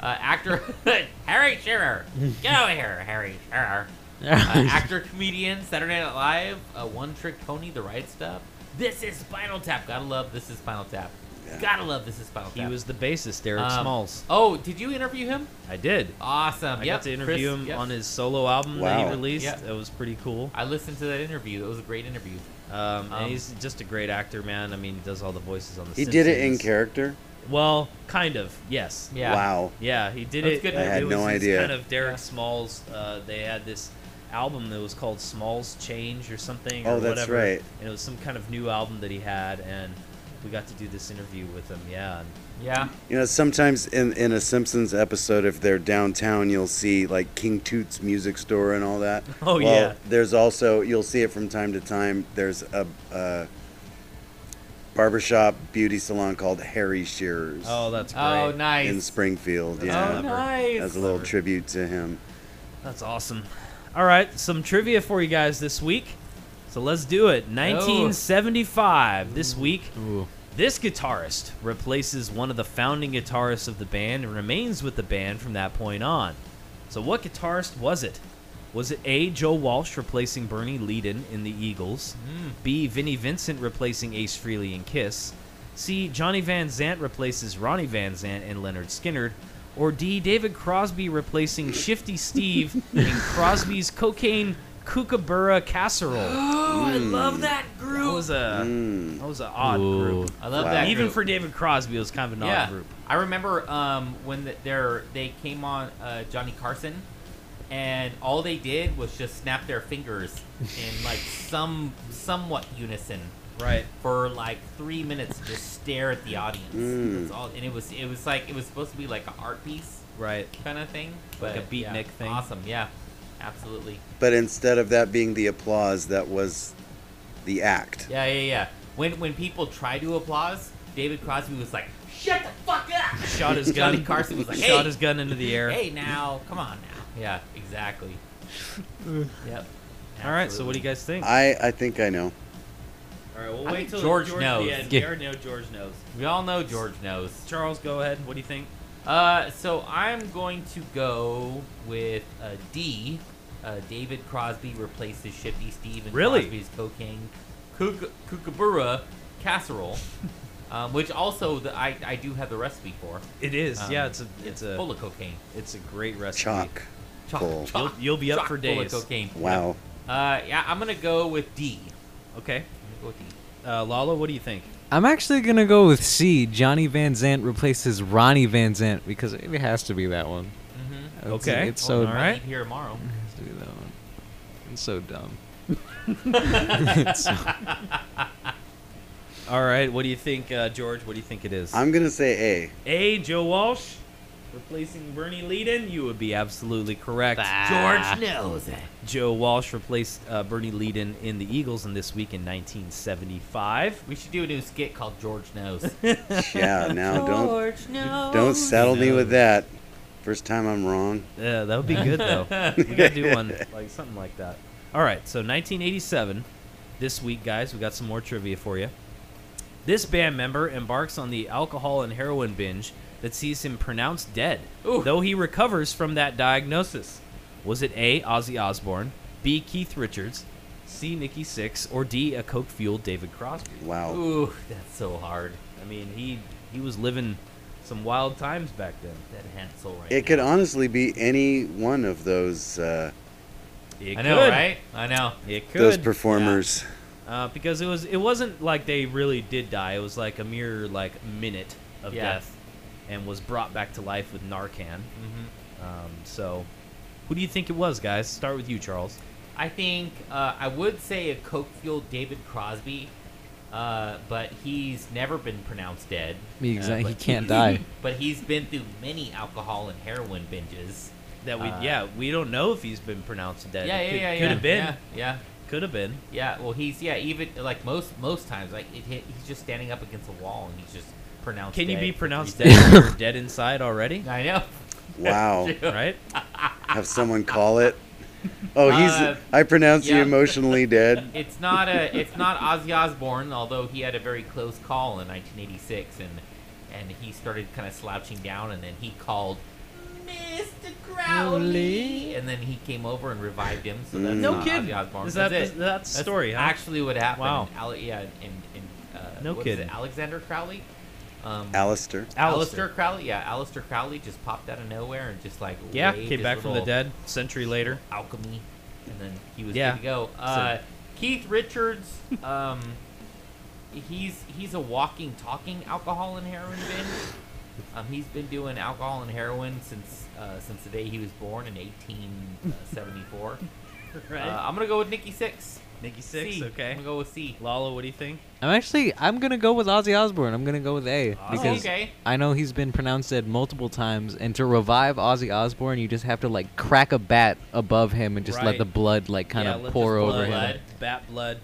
Speaker 7: Uh, actor. Harry Shearer. Get over here, Harry Shearer. Uh, actor, comedian, Saturday Night Live, uh, One Trick Pony, The Right Stuff. This is Spinal Tap. Gotta love This is Spinal Tap. Gotta love This is Spinal Tap.
Speaker 4: He was the bassist, Derek
Speaker 7: Um,
Speaker 4: Smalls.
Speaker 7: Oh, did you interview him?
Speaker 4: I did.
Speaker 7: Awesome.
Speaker 4: I
Speaker 7: yep.
Speaker 4: got to interview
Speaker 7: Chris-
Speaker 4: him
Speaker 7: yep.
Speaker 4: on his solo album that
Speaker 7: Wow.
Speaker 4: he released.
Speaker 7: Yep.
Speaker 4: That was pretty cool.
Speaker 7: I listened to that interview. It was a great interview.
Speaker 4: Um,
Speaker 7: Um,
Speaker 4: and he's just a great actor, man. I mean, he does all the voices on the.
Speaker 6: He did it in
Speaker 4: Simpsons.
Speaker 6: character.
Speaker 4: Well, kind of, yes.
Speaker 6: Yeah. Wow.
Speaker 4: Yeah, he did
Speaker 6: That's
Speaker 4: it.
Speaker 6: good. I had
Speaker 4: it
Speaker 6: no
Speaker 4: was this
Speaker 6: idea.
Speaker 4: Kind of Derek Smalls. Uh, they had this album that was called Smalls Change or something.
Speaker 6: Oh,
Speaker 4: or
Speaker 6: that's
Speaker 4: whatever.
Speaker 6: right.
Speaker 4: And it was some kind of new album that he had, and we got to do this interview with him. Yeah. and-
Speaker 7: Yeah.
Speaker 6: You know, sometimes in, in a Simpsons episode, if they're downtown, you'll see like King Toot's music store and all that.
Speaker 4: Oh,
Speaker 6: Well,
Speaker 4: yeah.
Speaker 6: There's also you'll see it from time to time. There's a, a barbershop beauty salon called Harry Shearer's.
Speaker 4: Oh, that's great.
Speaker 7: Oh, nice.
Speaker 6: In Springfield,
Speaker 4: That's
Speaker 6: yeah.
Speaker 4: clever. Oh, nice.
Speaker 6: As a little tribute to him.
Speaker 4: That's awesome. All right, some trivia for you guys this week. So let's do it. 1975, this week, this guitarist replaces one of the founding guitarists of the band and remains with the band from that point on. So, what guitarist was it? Was it A. Joe Walsh replacing Bernie Leadon in the Eagles? B. Vinnie Vincent replacing Ace Frehley in Kiss? C. Johnny Van Zant replaces Ronnie Van Zant and Leonard Skinner? Or D. David Crosby replacing Shifty Steve in Crosby's cocaine kookaburra casserole?
Speaker 7: Oh, I love that group.
Speaker 4: That was a
Speaker 7: Mm.
Speaker 4: that was an odd group.
Speaker 7: I love that
Speaker 4: Even
Speaker 7: group.
Speaker 4: for David Crosby, it was kind of an
Speaker 7: yeah.
Speaker 4: odd group.
Speaker 7: I remember um, when the, their, they came on uh, Johnny Carson, and all they did was just snap their fingers in like some somewhat unison.
Speaker 4: Right.
Speaker 7: For like three minutes, just stare at the audience.
Speaker 4: Mm.
Speaker 7: That's all, and it was it was like it was supposed to be like an art piece,
Speaker 4: right,
Speaker 7: kind of thing,
Speaker 4: Like a
Speaker 7: but, yeah.
Speaker 4: beatnik thing.
Speaker 7: Awesome, yeah, absolutely.
Speaker 6: But instead of that being the applause, that was the act.
Speaker 7: Yeah, yeah, yeah. When when people try to applaud, David Crosby was like, "Shut the fuck up!"
Speaker 4: Shot his gun.
Speaker 7: Johnny Carson was like,
Speaker 4: shot
Speaker 7: "Hey,
Speaker 4: his gun into the air.
Speaker 7: Hey, now, come on now. Yeah, exactly. yep.
Speaker 4: All right. So what do you guys think?
Speaker 6: I, I think I know.
Speaker 4: All right. We'll
Speaker 7: I
Speaker 4: wait
Speaker 7: think
Speaker 4: till
Speaker 7: George
Speaker 4: George, at
Speaker 7: knows.
Speaker 4: The end.
Speaker 7: Yeah.
Speaker 4: We already know George knows.
Speaker 7: We all know George knows.
Speaker 4: Charles, go ahead. What do you think?
Speaker 7: Uh, so I'm going to go with a D. Uh, David Crosby replaces Shifty Steve in
Speaker 4: Really?
Speaker 7: Crosby's cocaine kook- kookaburra casserole, um, which also the, I I do have the recipe for.
Speaker 4: It is.
Speaker 7: Um,
Speaker 4: yeah. It's a. It's a.
Speaker 7: full of cocaine.
Speaker 4: It's a great recipe.
Speaker 6: Chalk.
Speaker 7: Chalk.
Speaker 6: full.
Speaker 7: Chock-
Speaker 4: You'll, you'll be up
Speaker 7: chock
Speaker 4: for
Speaker 7: full of
Speaker 4: days.
Speaker 7: cocaine.
Speaker 6: Wow.
Speaker 7: Uh, yeah, I'm gonna go with D.
Speaker 4: Okay.
Speaker 7: I'm gonna go with D.
Speaker 4: Uh, Lalo, what do you think?
Speaker 5: I'm actually gonna go with C. Johnny Van Zant replaces Ronnie Van Zant because it has to be that one.
Speaker 7: Mm-hmm.
Speaker 5: It's-
Speaker 4: Okay.
Speaker 5: It's so
Speaker 4: All right.
Speaker 7: Here tomorrow.
Speaker 5: It has to be that one. It's so dumb.
Speaker 4: All right. What do you think, uh, George? What do you think it is?
Speaker 6: I'm going to say A.
Speaker 4: A. Joe Walsh replacing Bernie Leadon. You would be absolutely correct.
Speaker 7: Bah. George knows it.
Speaker 4: Joe Walsh replaced uh, Bernie Leadon in the Eagles in this week in 1975.
Speaker 7: We should do a new skit called George Knows.
Speaker 6: Yeah, now don't-
Speaker 7: George knows.
Speaker 6: Don't saddle me with that. First time I'm wrong.
Speaker 4: Yeah, that would be good though. we gotta do one like something like that. All right, so 1987, this week, guys, we got some more trivia for you. This band member embarks on the alcohol and heroin binge that sees him pronounced dead, though he recovers from that diagnosis. Was it A. Ozzy Osbourne, B. Keith Richards, C. Nikki Six, or D. A coke-fueled David Crosby?
Speaker 6: Wow.
Speaker 7: Ooh, that's so hard.
Speaker 4: I mean, he he was living some wild times back then.
Speaker 7: That Hansel right
Speaker 6: It could honestly be any one of those uh,
Speaker 4: It
Speaker 7: I know,
Speaker 4: could.
Speaker 7: right? I know.
Speaker 4: It could.
Speaker 6: those performers.
Speaker 4: uh, because it was it wasn't like they really did die. It was like a mere like minute of
Speaker 7: Yeah.
Speaker 4: death, and was brought back to life with Narcan.
Speaker 7: Mhm.
Speaker 4: Um, so, who do you think it was, guys? Start with you, Charles.
Speaker 7: I think uh, I would say a coke fueled David Crosby, uh, but he's never been pronounced dead.
Speaker 5: Me, exact-
Speaker 7: Uh,
Speaker 5: he
Speaker 7: but
Speaker 5: can't die.
Speaker 7: But he's been through many alcohol and heroin binges.
Speaker 4: That we
Speaker 7: Uh,
Speaker 4: yeah we don't know if he's been pronounced dead.
Speaker 7: Yeah,
Speaker 4: It
Speaker 7: yeah,
Speaker 4: could,
Speaker 7: yeah,
Speaker 4: Could
Speaker 7: yeah,
Speaker 4: have been.
Speaker 7: yeah, yeah.
Speaker 4: Could have been.
Speaker 7: Yeah, well, he's yeah, even like most most times, like it, hit- he's just standing up against a wall and he's just pronounced.
Speaker 4: Can you
Speaker 7: dead
Speaker 4: be
Speaker 7: for
Speaker 4: pronounced
Speaker 7: three days.
Speaker 4: dead? if You're dead inside already.
Speaker 7: I know.
Speaker 6: Wow.
Speaker 4: right.
Speaker 6: Have someone call it. Oh, he's.
Speaker 7: Uh,
Speaker 6: I pronounce
Speaker 7: yeah.
Speaker 6: you emotionally dead.
Speaker 7: It's not a. It's not Ozzy Osbourne, although he had a very close call in 1986, and and he started kind of slouching down, and then he called Mr. Crowley, and then he came over and revived him. So that's
Speaker 4: Mm. No
Speaker 7: not
Speaker 4: kidding.
Speaker 7: Ozzy Osbourne.
Speaker 4: Is that-
Speaker 7: that's
Speaker 4: is
Speaker 7: it.
Speaker 4: that story, huh?
Speaker 7: Actually, what happened?
Speaker 4: Wow.
Speaker 7: Ale- yeah, and, and uh,
Speaker 4: No
Speaker 7: what was it,
Speaker 4: kidding.
Speaker 7: Alexander Crowley. Um,
Speaker 6: Alistair.
Speaker 7: Alistair Crowley, yeah, Alistair Crowley just popped out of nowhere and just like
Speaker 4: Yeah,
Speaker 7: waved
Speaker 4: came
Speaker 7: his
Speaker 4: back from the
Speaker 7: little-
Speaker 4: dead century later.
Speaker 7: Alchemy, and then he was
Speaker 4: Yeah.
Speaker 7: good to go. Uh, Keith Richards, um, he's he's a walking, talking alcohol and heroin bin. Um, he's been doing alcohol and heroin since uh, since the day he was born in 1874.
Speaker 4: Right.
Speaker 7: Uh, I'm gonna go with Nikki Six.
Speaker 4: Nikki Six,
Speaker 7: C.
Speaker 4: okay.
Speaker 7: I'm gonna go with C.
Speaker 4: Lala, what do you think?
Speaker 5: I'm actually I'm gonna go with Ozzy Osbourne. I'm gonna go with A because
Speaker 7: Oh, okay.
Speaker 5: I know he's been pronounced dead multiple times, and to revive Ozzy Osbourne, you just have to like crack a bat above him and just let
Speaker 4: Right.
Speaker 5: the blood like kind
Speaker 4: Yeah,
Speaker 5: of
Speaker 4: let
Speaker 5: pour
Speaker 4: this
Speaker 5: over
Speaker 4: blood,
Speaker 5: him,
Speaker 4: Bat blood.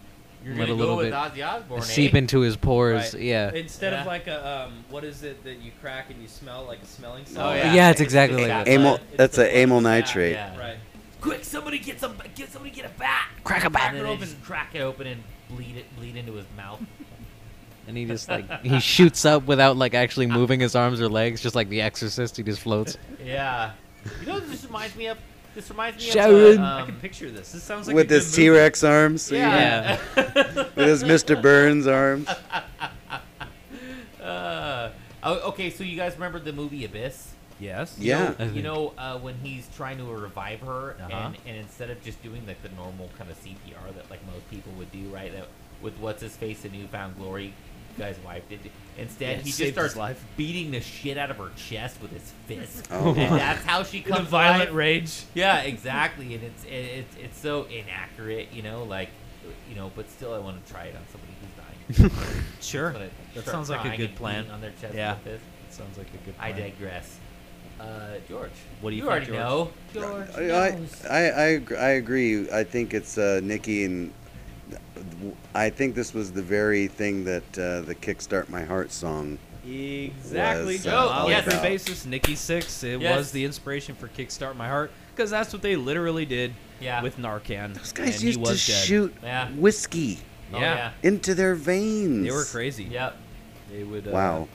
Speaker 4: You're
Speaker 5: let a
Speaker 4: gonna
Speaker 5: little
Speaker 4: go
Speaker 5: bit
Speaker 4: with Ozzy Osbourne, eh?
Speaker 5: seep into his pores.
Speaker 4: Right.
Speaker 5: Yeah,
Speaker 4: Instead of like a um, what is it that you crack and you smell like a smelling
Speaker 5: Oh,
Speaker 4: salt?
Speaker 5: yeah. Yeah, it's It's exactly just like that.
Speaker 6: Amyl.
Speaker 5: blood. It's
Speaker 6: That's
Speaker 5: the
Speaker 6: a amyl
Speaker 5: blood.
Speaker 6: nitrate.
Speaker 7: Yeah.
Speaker 4: Right.
Speaker 7: Quick, somebody get some, get somebody get a bat.
Speaker 5: Crack a bat.
Speaker 7: And then
Speaker 5: Crack it
Speaker 7: they just crack it open and bleed it, bleed into his mouth.
Speaker 5: and he just like he shoots up without like actually
Speaker 4: Uh,
Speaker 5: moving his arms or legs, just like The Exorcist. He just floats.
Speaker 7: Yeah. You know what this reminds me of? This reminds me
Speaker 5: Sharon.
Speaker 7: of.
Speaker 5: I
Speaker 7: Uh, um,
Speaker 4: can picture this. This sounds
Speaker 6: With his T Rex arms.
Speaker 7: Yeah.
Speaker 6: With his Mr. Burns arms.
Speaker 7: Uh, oh, okay, so you guys remember the movie Abyss?
Speaker 4: Yes.
Speaker 7: You know-
Speaker 6: Yeah. I
Speaker 7: you
Speaker 6: think-
Speaker 7: know uh, when he's trying to revive her,
Speaker 4: Uh-huh.
Speaker 7: and, and instead of just doing like the normal kind of CPR that like most people would do, right? That with what's his face in Newfound Glory, you guys wiped it.
Speaker 4: Yeah,
Speaker 7: Instead,
Speaker 4: it
Speaker 7: he just
Speaker 4: saved his
Speaker 7: starts beating the shit out of her chest with his fist,
Speaker 4: Oh,
Speaker 7: and
Speaker 4: wow.
Speaker 7: that's how she
Speaker 4: In a
Speaker 7: comes.
Speaker 4: violent
Speaker 7: alive.
Speaker 4: rage.
Speaker 7: Yeah, exactly, and it's it, it's it's so inaccurate, you know, like you know, but still, I want to try it on somebody who's dying.
Speaker 4: Sure.
Speaker 7: I'm gonna
Speaker 4: That
Speaker 7: start
Speaker 4: sounds like a
Speaker 7: crying
Speaker 4: good
Speaker 7: and
Speaker 4: plan.
Speaker 7: beating On their chest
Speaker 4: Yeah.
Speaker 7: with a fist.
Speaker 4: That sounds like a good
Speaker 7: I
Speaker 4: plan.
Speaker 7: digress. Uh, George,
Speaker 4: What do you
Speaker 7: you
Speaker 4: think,
Speaker 7: already
Speaker 4: George?
Speaker 7: know?
Speaker 6: I, I, I, I ag- I agree. I think it's uh, Nikki, and I think this was the very thing that uh, the Kickstart My Heart song.
Speaker 4: Exactly.
Speaker 6: Was, uh, all
Speaker 4: on every
Speaker 6: about.
Speaker 4: basis, Nikki Six. It
Speaker 7: Yes.
Speaker 4: was the inspiration for Kickstart My Heart because that's what they literally did.
Speaker 7: Yeah.
Speaker 4: With Narcan. Those
Speaker 6: guys
Speaker 4: and
Speaker 6: used
Speaker 4: he
Speaker 6: to
Speaker 4: was dead.
Speaker 6: shoot whiskey
Speaker 4: Oh, yeah.
Speaker 6: into their veins.
Speaker 4: They were crazy. Yep. They would. Uh,
Speaker 6: Wow.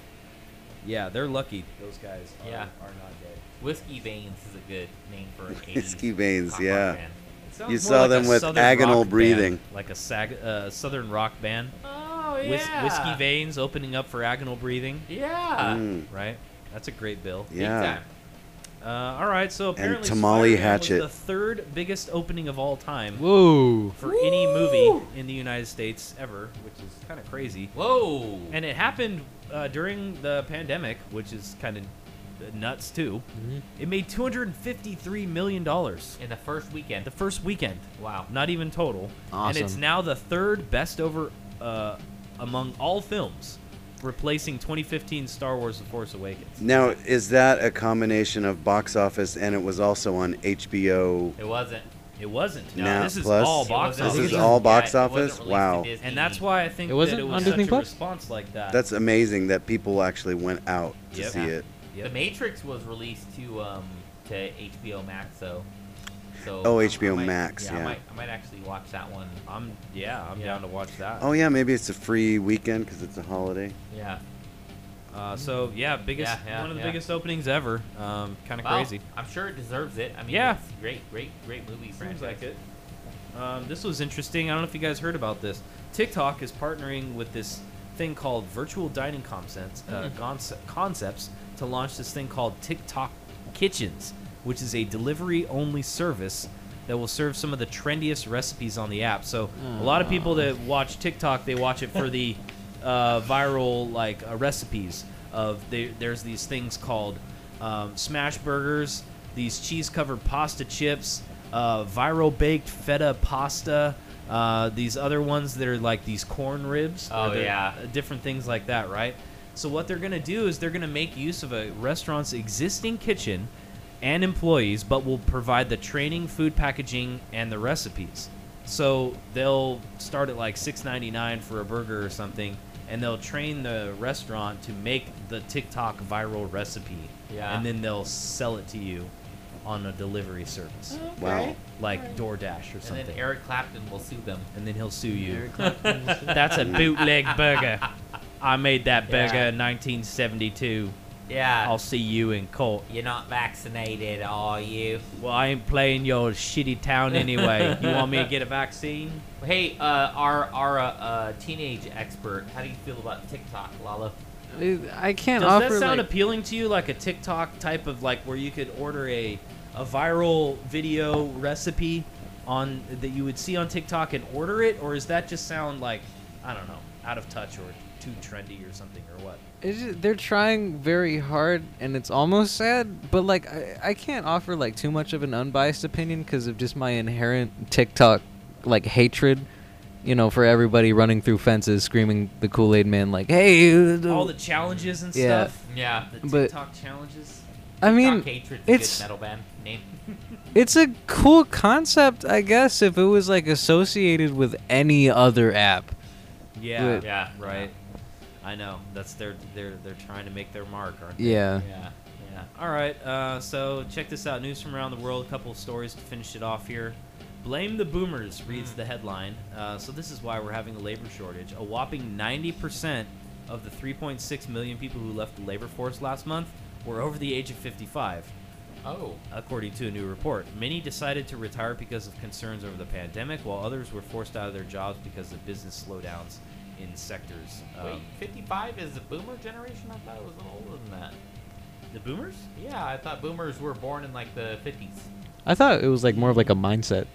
Speaker 4: Yeah, they're lucky. Those guys. Are,
Speaker 7: Yeah.
Speaker 4: Are not dead.
Speaker 7: Whiskey Veins is a good name for an 80s
Speaker 6: Whiskey veins,
Speaker 7: pop rock
Speaker 6: yeah.
Speaker 7: band.
Speaker 4: Sounds
Speaker 6: You
Speaker 4: more
Speaker 6: saw
Speaker 4: like
Speaker 6: them
Speaker 4: a
Speaker 6: with
Speaker 4: southern rock
Speaker 6: agonal
Speaker 4: band,
Speaker 6: breathing.
Speaker 4: like a sag, uh, southern rock band.
Speaker 7: Oh
Speaker 4: Whis-
Speaker 7: yeah.
Speaker 4: whiskey veins opening up for agonal breathing.
Speaker 7: Yeah.
Speaker 6: Mm.
Speaker 4: Right. That's a great bill.
Speaker 6: Big Yeah. time.
Speaker 4: Uh, all right. So apparently,
Speaker 6: Tamale
Speaker 4: Spider-Man was
Speaker 6: Hatchet.
Speaker 4: the third biggest opening of all time.
Speaker 5: Whoa.
Speaker 4: For any movie in the United States ever, which is kind of crazy.
Speaker 7: Whoa.
Speaker 4: And it happened uh, during the pandemic, which is kind of nuts too.
Speaker 6: Mm-hmm.
Speaker 4: It made 253 million dollars
Speaker 7: in the first weekend.
Speaker 4: The first weekend.
Speaker 7: Wow.
Speaker 4: Not even total. And it's
Speaker 7: Awesome.
Speaker 4: now the third best over uh, among all films, replacing 2015 Star Wars: The Force Awakens.
Speaker 6: Now, is that a combination of box office and it was also on HBO?
Speaker 7: It wasn't.
Speaker 4: It wasn't.
Speaker 6: No,
Speaker 4: this is
Speaker 6: plus?
Speaker 4: all
Speaker 6: It
Speaker 4: box
Speaker 6: wasn't
Speaker 4: office.
Speaker 6: This is released. all box Yeah, it wasn't office? released to Wow. Disney.
Speaker 4: And that's why I think
Speaker 5: It
Speaker 4: it
Speaker 5: wasn't
Speaker 4: that it
Speaker 5: on
Speaker 4: was
Speaker 5: Disney
Speaker 4: such a
Speaker 5: Plus?
Speaker 4: response like that.
Speaker 6: That's amazing that people actually went out to
Speaker 4: Yep.
Speaker 6: see it.
Speaker 7: The Matrix was released to um to HBO Max, so. So
Speaker 6: Oh,
Speaker 7: I- I
Speaker 6: HBO
Speaker 7: might-
Speaker 6: Max,
Speaker 7: I
Speaker 6: yeah.
Speaker 7: might, I might actually watch that one.
Speaker 4: I'm yeah, I'm down to watch that.
Speaker 6: Oh yeah, maybe it's a free weekend because it's a holiday.
Speaker 7: Yeah.
Speaker 4: Uh, so yeah, biggest
Speaker 7: Yeah, yeah,
Speaker 4: one of the
Speaker 7: yeah.
Speaker 4: biggest openings ever. Um, kind of
Speaker 7: Well,
Speaker 4: crazy.
Speaker 7: I'm sure it deserves it. I mean,
Speaker 4: Yeah.
Speaker 7: it's great, great, great movie.
Speaker 4: Seems
Speaker 7: franchise.
Speaker 4: like it. Um, this was interesting. I don't know if you guys heard about this. TikTok is partnering with this thing called Virtual Dining Concepts, uh,
Speaker 5: Mm.
Speaker 4: Gonce- Concepts to launch this thing called TikTok Kitchens, which is a delivery-only service that will serve some of the trendiest recipes on the app. So a lot of people that watch TikTok, they watch it for the uh, viral like uh, recipes of the, there's these things called um, smash burgers, these cheese-covered pasta chips, uh, viral baked feta pasta. Uh, these other ones that are like these corn ribs. or
Speaker 7: Oh,
Speaker 4: they're-
Speaker 7: yeah.
Speaker 4: uh, different things like that, right? So what they're gonna do is they're gonna make use of a restaurant's existing kitchen and employees, but will provide the training, food packaging, and the recipes. So they'll start at like six ninety nine for a burger or something, and they'll train the restaurant to make the TikTok viral recipe,
Speaker 7: Yeah.
Speaker 4: and then they'll sell it to you on a delivery service.
Speaker 7: Wow. Okay.
Speaker 4: Like
Speaker 7: Alright.
Speaker 4: DoorDash or
Speaker 7: And
Speaker 4: something.
Speaker 7: then Eric Clapton will sue them.
Speaker 4: And then he'll sue you.
Speaker 7: Eric Clapton will sue-
Speaker 4: That's a bootleg burger. I made that burger
Speaker 7: Yeah.
Speaker 4: in 1972.
Speaker 7: Yeah.
Speaker 4: I'll see you in court.
Speaker 7: You're not vaccinated, are you?
Speaker 4: Well, I ain't playing your shitty town anyway. you want me to get a vaccine?
Speaker 7: Hey, uh, our our uh, uh, teenage expert, how do you feel about TikTok, Lala?
Speaker 5: I can't
Speaker 4: Does
Speaker 5: offer,
Speaker 4: that sound
Speaker 5: like-
Speaker 4: appealing to you, like a TikTok type of like where you could order a a viral video recipe on that you would see on TikTok and order it, or is that just sound like I don't know, out of touch or too trendy or something or what?
Speaker 5: It's ju- they're trying very hard, and it's almost sad. But like, I, I can't offer like too much of an unbiased opinion because of just my inherent TikTok like hatred. You know, for everybody running through fences, screaming the Kool Aid Man, like, "Hey!" uh, the-"
Speaker 4: All the challenges and
Speaker 5: Yeah.
Speaker 4: stuff.
Speaker 7: Yeah,
Speaker 4: the
Speaker 5: But-
Speaker 4: TikTok challenges.
Speaker 5: I mean,
Speaker 7: TikTok Hatred's
Speaker 5: it's-
Speaker 7: a good metal band name.
Speaker 5: It's a cool concept, I guess, if it was like associated with any other app.
Speaker 4: Yeah,
Speaker 5: But-
Speaker 4: yeah, right. I know. That's their they're they're trying to make their mark, aren't they?
Speaker 5: Yeah.
Speaker 4: Yeah. Yeah. All right. Uh, so check this out. News from around the world. A couple of stories to finish it off here. Blame the boomers reads the headline. Uh, so this is why we're having a labor shortage. A whopping 90% of the 3.6 million people who left the labor force last month were over the age of 55.
Speaker 7: Oh.
Speaker 4: According to a new report, many decided to retire because of concerns over the pandemic, while others were forced out of their jobs because of business slowdowns in sectors.
Speaker 7: Wait,
Speaker 4: Um,
Speaker 7: 55 is the boomer generation? I thought it was a little older than that.
Speaker 4: the boomers?
Speaker 7: Yeah, I thought boomers were born in like the 50s.
Speaker 5: I thought it was like more of like a mindset.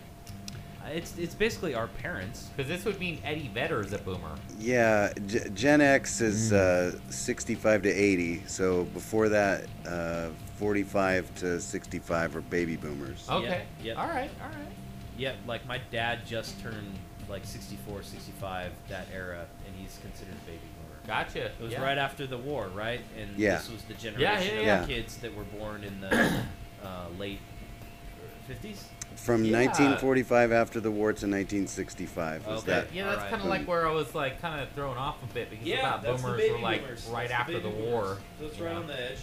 Speaker 4: Uh, It's it's basically our parents.
Speaker 7: Because this would mean Eddie Vedder is a boomer.
Speaker 6: Yeah, G- Gen X is uh, 65 to 80. So before that, uh, 45 to 65 are baby boomers.
Speaker 7: Okay.
Speaker 4: Yep, yep.
Speaker 7: All right. All right.
Speaker 4: Yep, like my dad just turned like 64, 65, that era, and he's considered a baby boomer.
Speaker 7: Gotcha.
Speaker 4: It was
Speaker 7: yeah.
Speaker 4: right after the war, right? And
Speaker 6: Yeah.
Speaker 4: this was the
Speaker 7: Yeah,
Speaker 4: generation
Speaker 7: yeah, yeah.
Speaker 4: of kids that were born in the uh, late 50s.
Speaker 6: From
Speaker 7: Yeah.
Speaker 6: 1945 after the war to 1965 was
Speaker 4: Okay.
Speaker 6: that.
Speaker 7: Yeah, that's
Speaker 4: Alright.
Speaker 7: kind of like where I was like kind of thrown off a bit because I
Speaker 4: Yeah,
Speaker 7: thought
Speaker 4: that's the
Speaker 7: boomers
Speaker 4: baby
Speaker 7: were like
Speaker 4: boomers.
Speaker 7: right
Speaker 4: That's the
Speaker 7: after the,
Speaker 4: baby
Speaker 7: war.
Speaker 4: boomers. That's
Speaker 7: you
Speaker 4: right
Speaker 7: know?
Speaker 4: on the edge.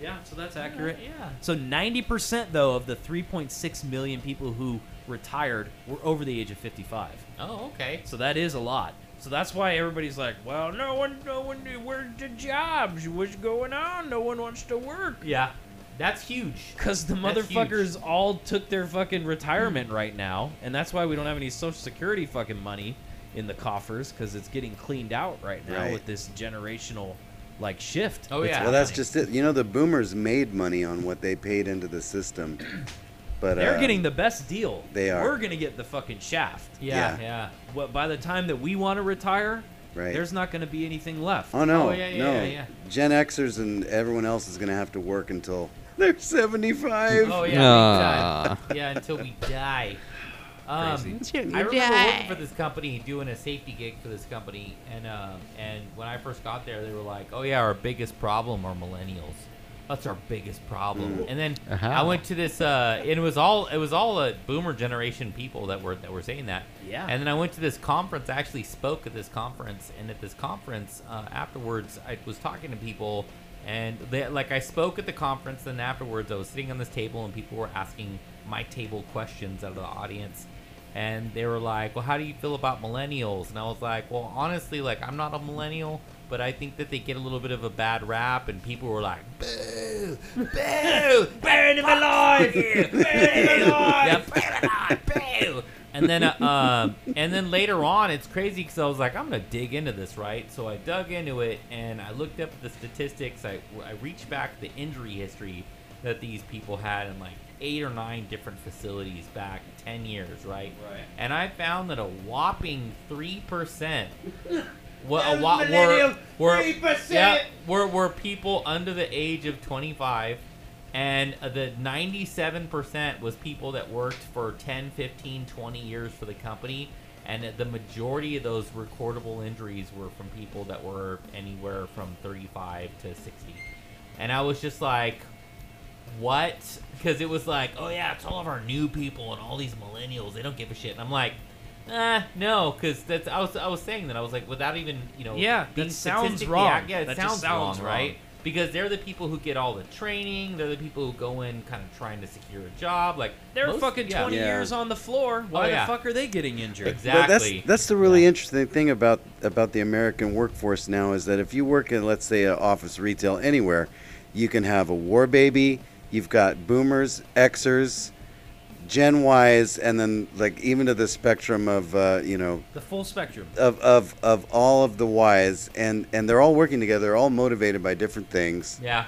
Speaker 4: Yeah, so that's
Speaker 7: accurate.
Speaker 4: accurate.
Speaker 7: yeah.
Speaker 4: So 90% though of the 3.6 million people who retired were over the age of 55.
Speaker 7: Oh, okay.
Speaker 4: So that is a lot. So that's why everybody's like, "Well, no one, no one, where's the jobs? What's going on? No one wants to work."
Speaker 7: Yeah, that's huge.
Speaker 4: Because the
Speaker 7: That's huge.
Speaker 4: motherfuckers all took their fucking retirement right now, and that's why we don't have any Social Security fucking money in the coffers because it's getting cleaned out right now
Speaker 6: Right.
Speaker 4: with this generational like shift.
Speaker 7: Oh, yeah.
Speaker 6: Well, that's just it. You know, the boomers made money on what they paid into the system. But
Speaker 4: They're
Speaker 6: uh,
Speaker 4: getting the best deal.
Speaker 6: they are.
Speaker 4: We're gonna get the fucking shaft.
Speaker 7: Yeah,
Speaker 6: Yeah.
Speaker 7: yeah.
Speaker 4: What by the time that we want to retire,
Speaker 6: Right.
Speaker 4: there's not gonna be anything left.
Speaker 6: Oh no,
Speaker 7: Oh, yeah, yeah,
Speaker 6: no.
Speaker 7: yeah, yeah.
Speaker 6: Gen Xers and everyone else is gonna have to work until they're 75.
Speaker 7: Oh yeah, big
Speaker 5: Nah.
Speaker 7: time. yeah. Until we die. Um,
Speaker 5: Crazy. Until
Speaker 7: I
Speaker 5: you
Speaker 7: remember
Speaker 5: die.
Speaker 7: working for this company, doing a safety gig for this company, and uh, and when I first got there, they were like, "Oh yeah, our biggest problem are millennials. That's our biggest problem." And then
Speaker 5: Uh-huh.
Speaker 7: I went to this, uh, and it was all it was all uh, boomer generation people that were that were saying that.
Speaker 4: Yeah.
Speaker 7: And then I went to this conference. I actually spoke at this conference, and at this conference uh, afterwards, I was talking to people, and they, like I spoke at the conference, and afterwards, I was sitting on this table, and people were asking my table questions out of the audience, and they were like, "Well, how do you feel about millennials?" And I was like, "Well, honestly, like I'm not a millennial." But I think that they get a little bit of a bad rap, and people were like, "Boo, boo, burn him alive, you, burn him alive, burn him alive, boo." And then, uh, um, and then later on, it's crazy because I was like, I'm gonna dig into this, right? So I dug into it and I looked up the statistics. I, I reached back the injury history that these people had in like eight or nine different facilities back 10 years, right?
Speaker 4: Right.
Speaker 7: And I found that a whopping three percent were, a
Speaker 4: Those
Speaker 7: wha- were,
Speaker 4: millennials,
Speaker 7: were,
Speaker 4: 3%.
Speaker 7: yeah, were were people under the age of 25 and uh, the 97% was people that worked for 10 15 20 years for the company and that the majority of those recordable injuries were from people that were anywhere from 35 to 60 and i was just like what? Because it was like, oh yeah, it's all of our new people and all these millennials. They don't give a shit. And I'm like, ah, no, because that's I was I was saying that I was like, without even you know,
Speaker 4: Yeah,
Speaker 7: being
Speaker 4: that sounds
Speaker 7: statistically
Speaker 4: wrong.
Speaker 7: ac- yeah, it
Speaker 4: That just
Speaker 7: sounds,
Speaker 4: sounds
Speaker 7: wrong,
Speaker 4: wrong.
Speaker 7: right? because they're the people who get all the training. They're the people who go in kind of trying to secure a job. Like
Speaker 4: They're
Speaker 7: most-
Speaker 4: fucking
Speaker 7: yeah. Oh,
Speaker 4: 20 years on the floor. Why
Speaker 7: yeah.
Speaker 4: the fuck are they getting injured?
Speaker 7: Exactly.
Speaker 6: But that's that's the really interesting thing about about the American workforce now is that if you work in let's say an office retail anywhere, you can have a war baby, you've got boomers, Xers, Gen Ys, and then like even to the spectrum of uh, you know
Speaker 4: The full spectrum.
Speaker 6: of, of of all of the Ys, and and they're all working together, all motivated by different things,
Speaker 7: Yeah,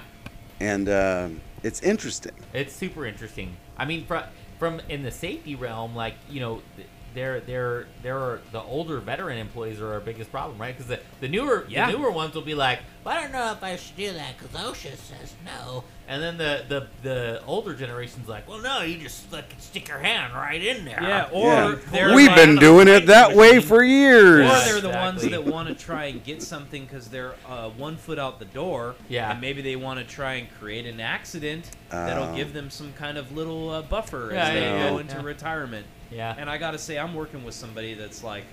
Speaker 6: and uh, it's interesting.
Speaker 7: it's super interesting. I mean, from from in the safety realm, like you know, th- they're they're they're the older veteran employees are our biggest problem, right? Because the, the newer
Speaker 8: Yeah.
Speaker 7: the newer ones will be like, well, I don't know if I should do that because OSHA says no. And then the, the the older generation's like, well, no, you just fucking stick your hand right in there.
Speaker 4: Yeah,
Speaker 6: Yeah.
Speaker 4: or they're
Speaker 6: We've
Speaker 4: like-
Speaker 6: been doing it that way for years.
Speaker 4: Or they're the
Speaker 7: Exactly.
Speaker 4: ones that want to try and get something because they're uh, one foot out the door.
Speaker 7: Yeah.
Speaker 4: And maybe they want to try and create an accident that'll
Speaker 6: Oh.
Speaker 4: give them some kind of little uh, buffer
Speaker 7: Yeah,
Speaker 4: as they
Speaker 7: yeah,
Speaker 4: go
Speaker 7: yeah.
Speaker 4: into
Speaker 7: Yeah.
Speaker 4: retirement.
Speaker 7: Yeah.
Speaker 4: And I got to say, I'm working with somebody that's like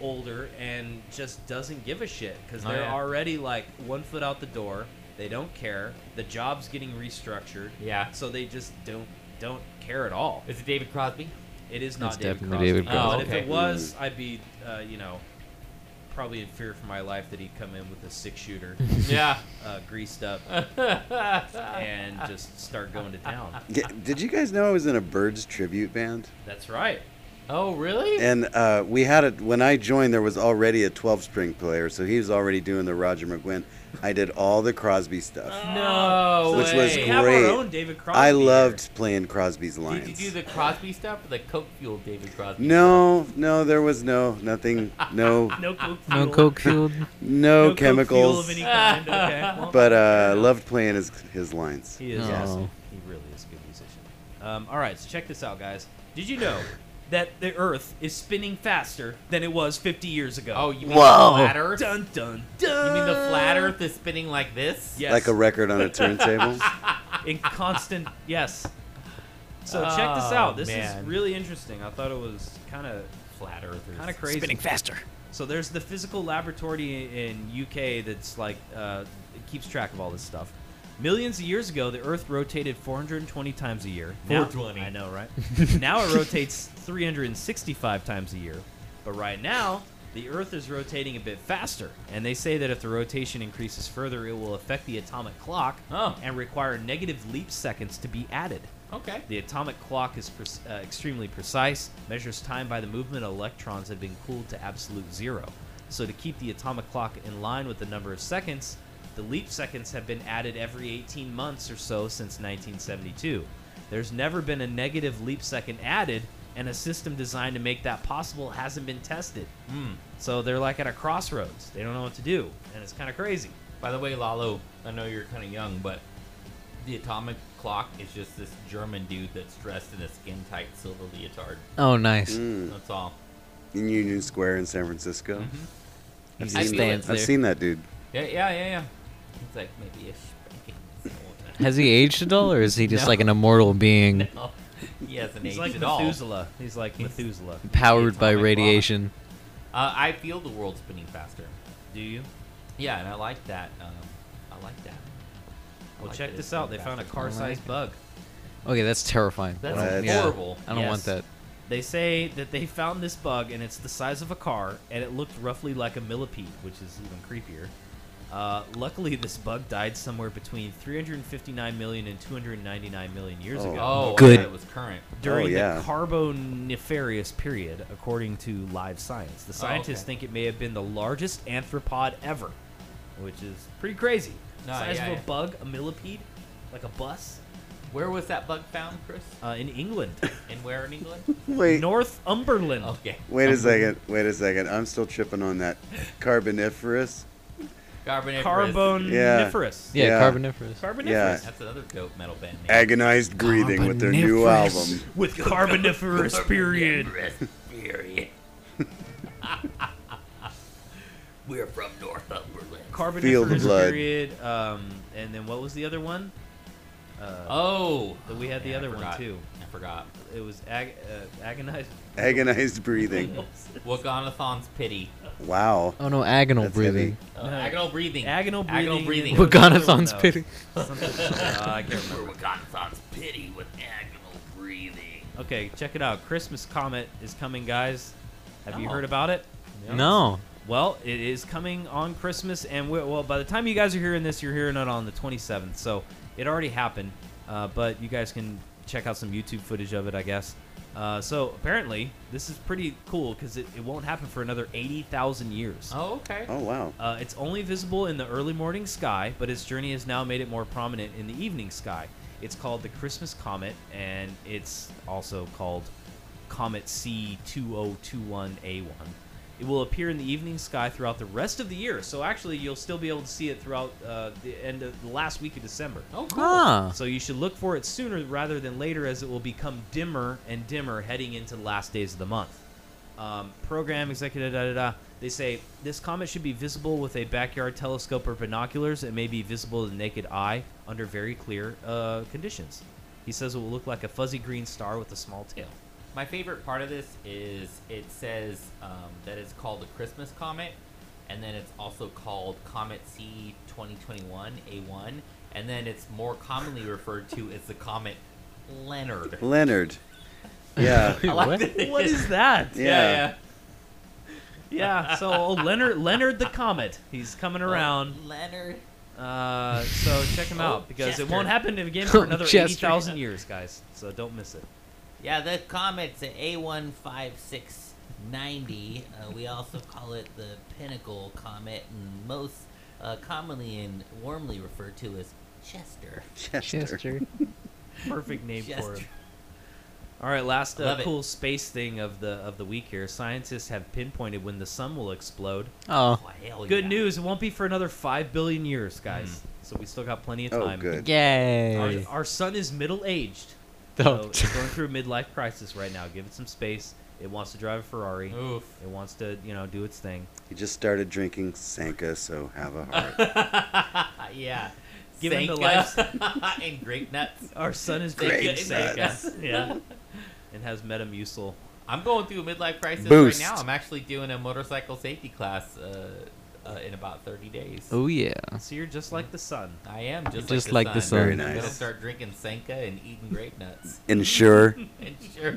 Speaker 4: older and just doesn't give a shit because
Speaker 7: Oh,
Speaker 4: they're
Speaker 7: yeah.
Speaker 4: already like one foot out the door. They don't care. The job's getting restructured.
Speaker 7: Yeah.
Speaker 4: So they just don't don't care at all.
Speaker 7: Is it David Crosby?
Speaker 4: It is not
Speaker 5: It's
Speaker 4: David
Speaker 5: definitely
Speaker 4: Crosby.
Speaker 5: David Crosby.
Speaker 4: But
Speaker 5: Oh,
Speaker 4: if
Speaker 5: okay.
Speaker 4: it was, I'd be, uh, you know, probably in fear for my life that he'd come in with a six shooter.
Speaker 7: Yeah.
Speaker 4: Uh, greased up. and just start going to town.
Speaker 6: Yeah, Did you guys know I was in a Birds tribute band?
Speaker 4: That's right.
Speaker 7: Oh, really?
Speaker 6: And uh, we had it when I joined. There was already a 12-string player, so he was already doing the Roger McGuinn. I did all the Crosby
Speaker 7: Oh.
Speaker 6: stuff,
Speaker 7: No,
Speaker 6: which
Speaker 7: way.
Speaker 6: was
Speaker 7: We
Speaker 6: great.
Speaker 7: have our own David Crosby
Speaker 6: I
Speaker 7: here.
Speaker 6: loved playing Crosby's
Speaker 7: Did you
Speaker 6: lines.
Speaker 7: do the Crosby stuff or the Coke fueled David Crosby?
Speaker 6: No, no, there was no nothing, no,
Speaker 7: No Coke
Speaker 5: No coke fueled.
Speaker 6: no,
Speaker 7: Coke
Speaker 6: chemicals.
Speaker 7: fuel of any kind, okay. Well,
Speaker 6: But uh, loved playing his his lines.
Speaker 4: He is awesome. He really is a good musician. Um, all right, so check this out, guys. Did you know that the Earth is spinning faster than it was 50 years ago?
Speaker 7: Oh, you mean Whoa. the flat Earth?
Speaker 4: Dun dun
Speaker 7: You
Speaker 4: dun.
Speaker 7: mean the flat Earth is spinning like this?
Speaker 4: Yes.
Speaker 6: Like a record on a turntable.
Speaker 4: in constant yes. So check this
Speaker 7: Oh,
Speaker 4: out. This
Speaker 7: man.
Speaker 4: is really interesting. I thought it was kind of
Speaker 7: flat earthers,
Speaker 4: kind of crazy,
Speaker 7: Spinning faster.
Speaker 4: So there's the physical laboratory in UK that's like uh, it keeps track of all this stuff. Millions of years ago, the Earth rotated 420 times a year. Now-
Speaker 7: 420.
Speaker 4: I know, right? now it rotates 365 times a year. But right now, the Earth is rotating a bit faster. And they say that if the rotation increases further, it will affect the atomic clock and require negative leap seconds to be added.
Speaker 7: Okay.
Speaker 4: The atomic clock is pres- uh, extremely precise, measures time by the movement of electrons that have been cooled to absolute zero. So, to keep the atomic clock in line with the number of seconds, the leap seconds have been added every 18 months or so since 1972. There's never been a negative leap second added, and a system designed to make that possible hasn't been tested.
Speaker 7: Mm.
Speaker 4: So, they're like at a crossroads. They don't know what to do, and it's kind of crazy.
Speaker 7: By the way, Lalo, I know you're kind of young, but the atomic clock is just this German dude that's dressed in a skin tight silver leotard.
Speaker 5: Oh, nice.
Speaker 6: Mm.
Speaker 7: That's all.
Speaker 6: In Union Square in San Francisco. I've,
Speaker 7: I
Speaker 6: seen,
Speaker 7: feel it.
Speaker 6: I've seen that dude.
Speaker 7: Yeah, yeah, yeah, yeah. It's like maybe a spanking. someone.
Speaker 5: Has he aged at all, or is he just
Speaker 7: No.
Speaker 5: like an immortal being
Speaker 7: No. He hasn't
Speaker 4: He's
Speaker 7: aged
Speaker 4: like
Speaker 7: at all.
Speaker 4: Methuselah. He's like Methuselah.
Speaker 5: powered by
Speaker 7: Atomic clock.
Speaker 5: radiation?
Speaker 7: Uh, I feel the world spinning faster.
Speaker 4: Do you?
Speaker 7: Yeah, and I like that. Um, I like that. I
Speaker 4: Well,
Speaker 7: like
Speaker 4: check
Speaker 7: that it's
Speaker 4: this out. They
Speaker 7: spinning
Speaker 4: found a
Speaker 7: faster.
Speaker 4: car sized bug.
Speaker 5: Okay, that's terrifying.
Speaker 7: That's
Speaker 5: I don't-
Speaker 7: horrible.
Speaker 5: I don't want
Speaker 4: Yes.
Speaker 5: that.
Speaker 4: They say that they found this bug and it's the size of a car and it looked roughly like a millipede, which is even creepier. Uh, luckily, this bug died somewhere between 359 million and 299 million years
Speaker 7: Oh.
Speaker 4: ago.
Speaker 7: Oh, I Good. thought it was current.
Speaker 4: During
Speaker 7: Oh, yeah.
Speaker 4: the Carboniferous period, according to Live Science. The scientists
Speaker 7: Oh, okay.
Speaker 4: think it may have been the largest anthropod ever, which is pretty crazy.
Speaker 7: No,
Speaker 4: size
Speaker 7: yeah,
Speaker 4: of a
Speaker 7: yeah.
Speaker 4: bug, a millipede, like a bus,
Speaker 7: Where was that bug found, Chris?
Speaker 4: uh, in England.
Speaker 7: And where in England?
Speaker 6: Wait.
Speaker 4: Northumberland.
Speaker 7: Okay.
Speaker 6: Wait a second. Wait a second. I'm still tripping on that carboniferous.
Speaker 7: Carboniferous.
Speaker 4: Carboniferous.
Speaker 6: Yeah. Yeah,
Speaker 5: carboniferous.
Speaker 6: Yeah.
Speaker 7: That's another dope metal band name.
Speaker 6: Agonized breathing with their new album.
Speaker 4: With Carboniferous period.
Speaker 2: Carboniferous period. We're from Northumberland.
Speaker 4: Carboniferous
Speaker 6: Feel the blood.
Speaker 4: period. Um, and then what was the other one? Uh,
Speaker 7: Oh,
Speaker 4: that we had the
Speaker 7: Yeah, I
Speaker 4: other one
Speaker 7: forgot.
Speaker 4: too.
Speaker 7: I forgot.
Speaker 4: It was ag- uh, agonized.
Speaker 6: Agonized breathing.
Speaker 7: Wakanathon's pity. Uh,
Speaker 6: Wow.
Speaker 5: Oh no, agonal
Speaker 6: That's
Speaker 5: breathing.
Speaker 6: heavy.
Speaker 7: Agonal breathing.
Speaker 4: Agonal
Speaker 7: Agonal breathing.
Speaker 4: breathing.
Speaker 5: Wakandathon's
Speaker 7: No.
Speaker 5: pity.
Speaker 7: Something- uh, I can't remember.
Speaker 2: Wakandathon's pity with agonal breathing.
Speaker 4: Okay, check it out. Christmas Comet is coming, guys. Have you heard about it?
Speaker 5: No. No.
Speaker 4: Well, it is coming on Christmas, and we well, by the time you guys are hearing this, you're hearing it on the 27th. So it already happened, uh, but you guys can check out some YouTube footage of it, I guess. Uh, so apparently, this is pretty cool because it, it won't happen for another 80,000 years.
Speaker 7: Oh, okay.
Speaker 6: Oh, wow.
Speaker 4: Uh, it's only visible in the early morning sky, but its journey has now made it more prominent in the evening sky. It's called the Christmas Comet, and it's also called Comet C2021A1. It will appear in the evening sky throughout the rest of the year, so actually you'll still be able to see it throughout uh, the end of the last week of December.
Speaker 7: Oh,
Speaker 5: cool. Ah.
Speaker 4: So you should look for it sooner rather than later, as it will become dimmer and dimmer heading into the last days of the month um, program executive da, da, da, they say this comet should be visible with a backyard telescope or binoculars and may be visible to the naked eye under very clear uh, conditions he says it will look like a fuzzy green star with a small tail
Speaker 7: My favorite part of this is it says um, that it's called the Christmas Comet, and then it's also called Comet C 2021 A1, and then it's more commonly referred to as the Comet Leonard.
Speaker 6: Leonard. Yeah.
Speaker 7: I like that they
Speaker 4: what
Speaker 7: did-
Speaker 4: is that
Speaker 6: Yeah.
Speaker 7: yeah.
Speaker 4: yeah so old leonard leonard the comet he's coming around
Speaker 7: Leonard.
Speaker 4: uh, so check him
Speaker 7: Oh,
Speaker 4: out because it
Speaker 7: Chester.
Speaker 4: won't happen again for another
Speaker 5: Chester.
Speaker 4: 80000 years guys so don't miss it
Speaker 7: Yeah, the comet's a A15690. Uh, we also call it the Pinnacle Comet, and most uh, commonly and warmly referred to as Chester.
Speaker 5: Chester.
Speaker 4: Perfect name for
Speaker 7: Chester.
Speaker 4: him. All right, last uh,
Speaker 7: Love it.
Speaker 4: cool space thing of the of the week here. Scientists have pinpointed when the sun will explode.
Speaker 5: Oh.
Speaker 7: Oh, hell
Speaker 4: good
Speaker 7: yeah.
Speaker 4: news! It won't be for another five billion years, guys.
Speaker 7: Hmm.
Speaker 4: So we still got plenty of
Speaker 6: Oh,
Speaker 4: time.
Speaker 6: good.
Speaker 5: Yay.
Speaker 4: Our, our sun is middle aged.
Speaker 5: Oh.
Speaker 4: So it's going through a midlife crisis right now. Give it some space. It wants to drive a Ferrari.
Speaker 7: Oof.
Speaker 4: It wants to, you know, do its thing.
Speaker 6: He just started drinking Sanka, so have a heart.
Speaker 7: Uh, yeah.
Speaker 4: Give him the
Speaker 7: Sanka and grape nuts.
Speaker 4: Our sun is
Speaker 7: Sanka
Speaker 4: big
Speaker 7: and
Speaker 4: Sanka.
Speaker 7: nuts.
Speaker 4: Yeah. And has Metamucil.
Speaker 7: I'm going through a midlife crisis
Speaker 6: Boost.
Speaker 7: right now. I'm actually doing a motorcycle safety class uh, uh, in about 30 days.
Speaker 5: Oh yeah.
Speaker 4: So you're just like the sun.
Speaker 7: I am just,
Speaker 5: Just
Speaker 7: like, the sun.
Speaker 6: Very
Speaker 7: I'm gonna
Speaker 6: nice.
Speaker 7: start drinking Sanka and eating grape nuts.
Speaker 6: Ensure.
Speaker 7: and sure.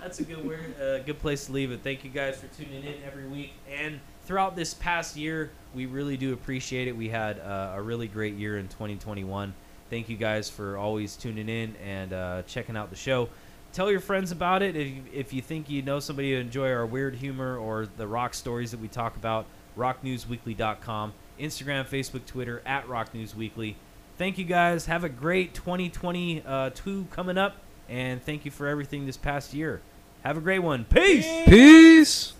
Speaker 4: That's a good word, uh, good place to leave it. Thank you guys for tuning in every week and throughout this past year. We really do appreciate it. We had uh, a really great year in 2021. Thank you guys for always tuning in and uh, checking out the show. Tell your friends about it if you, if you think you know somebody who enjoy our weird humor or the rock stories that we talk about. RockNewsWeekly.com, Instagram, Facebook, Twitter at Rock News Weekly. Thank you guys. Have a great 2022 uh, two coming up, and thank you for everything this past year. Have a great one. Peace.
Speaker 5: Peace.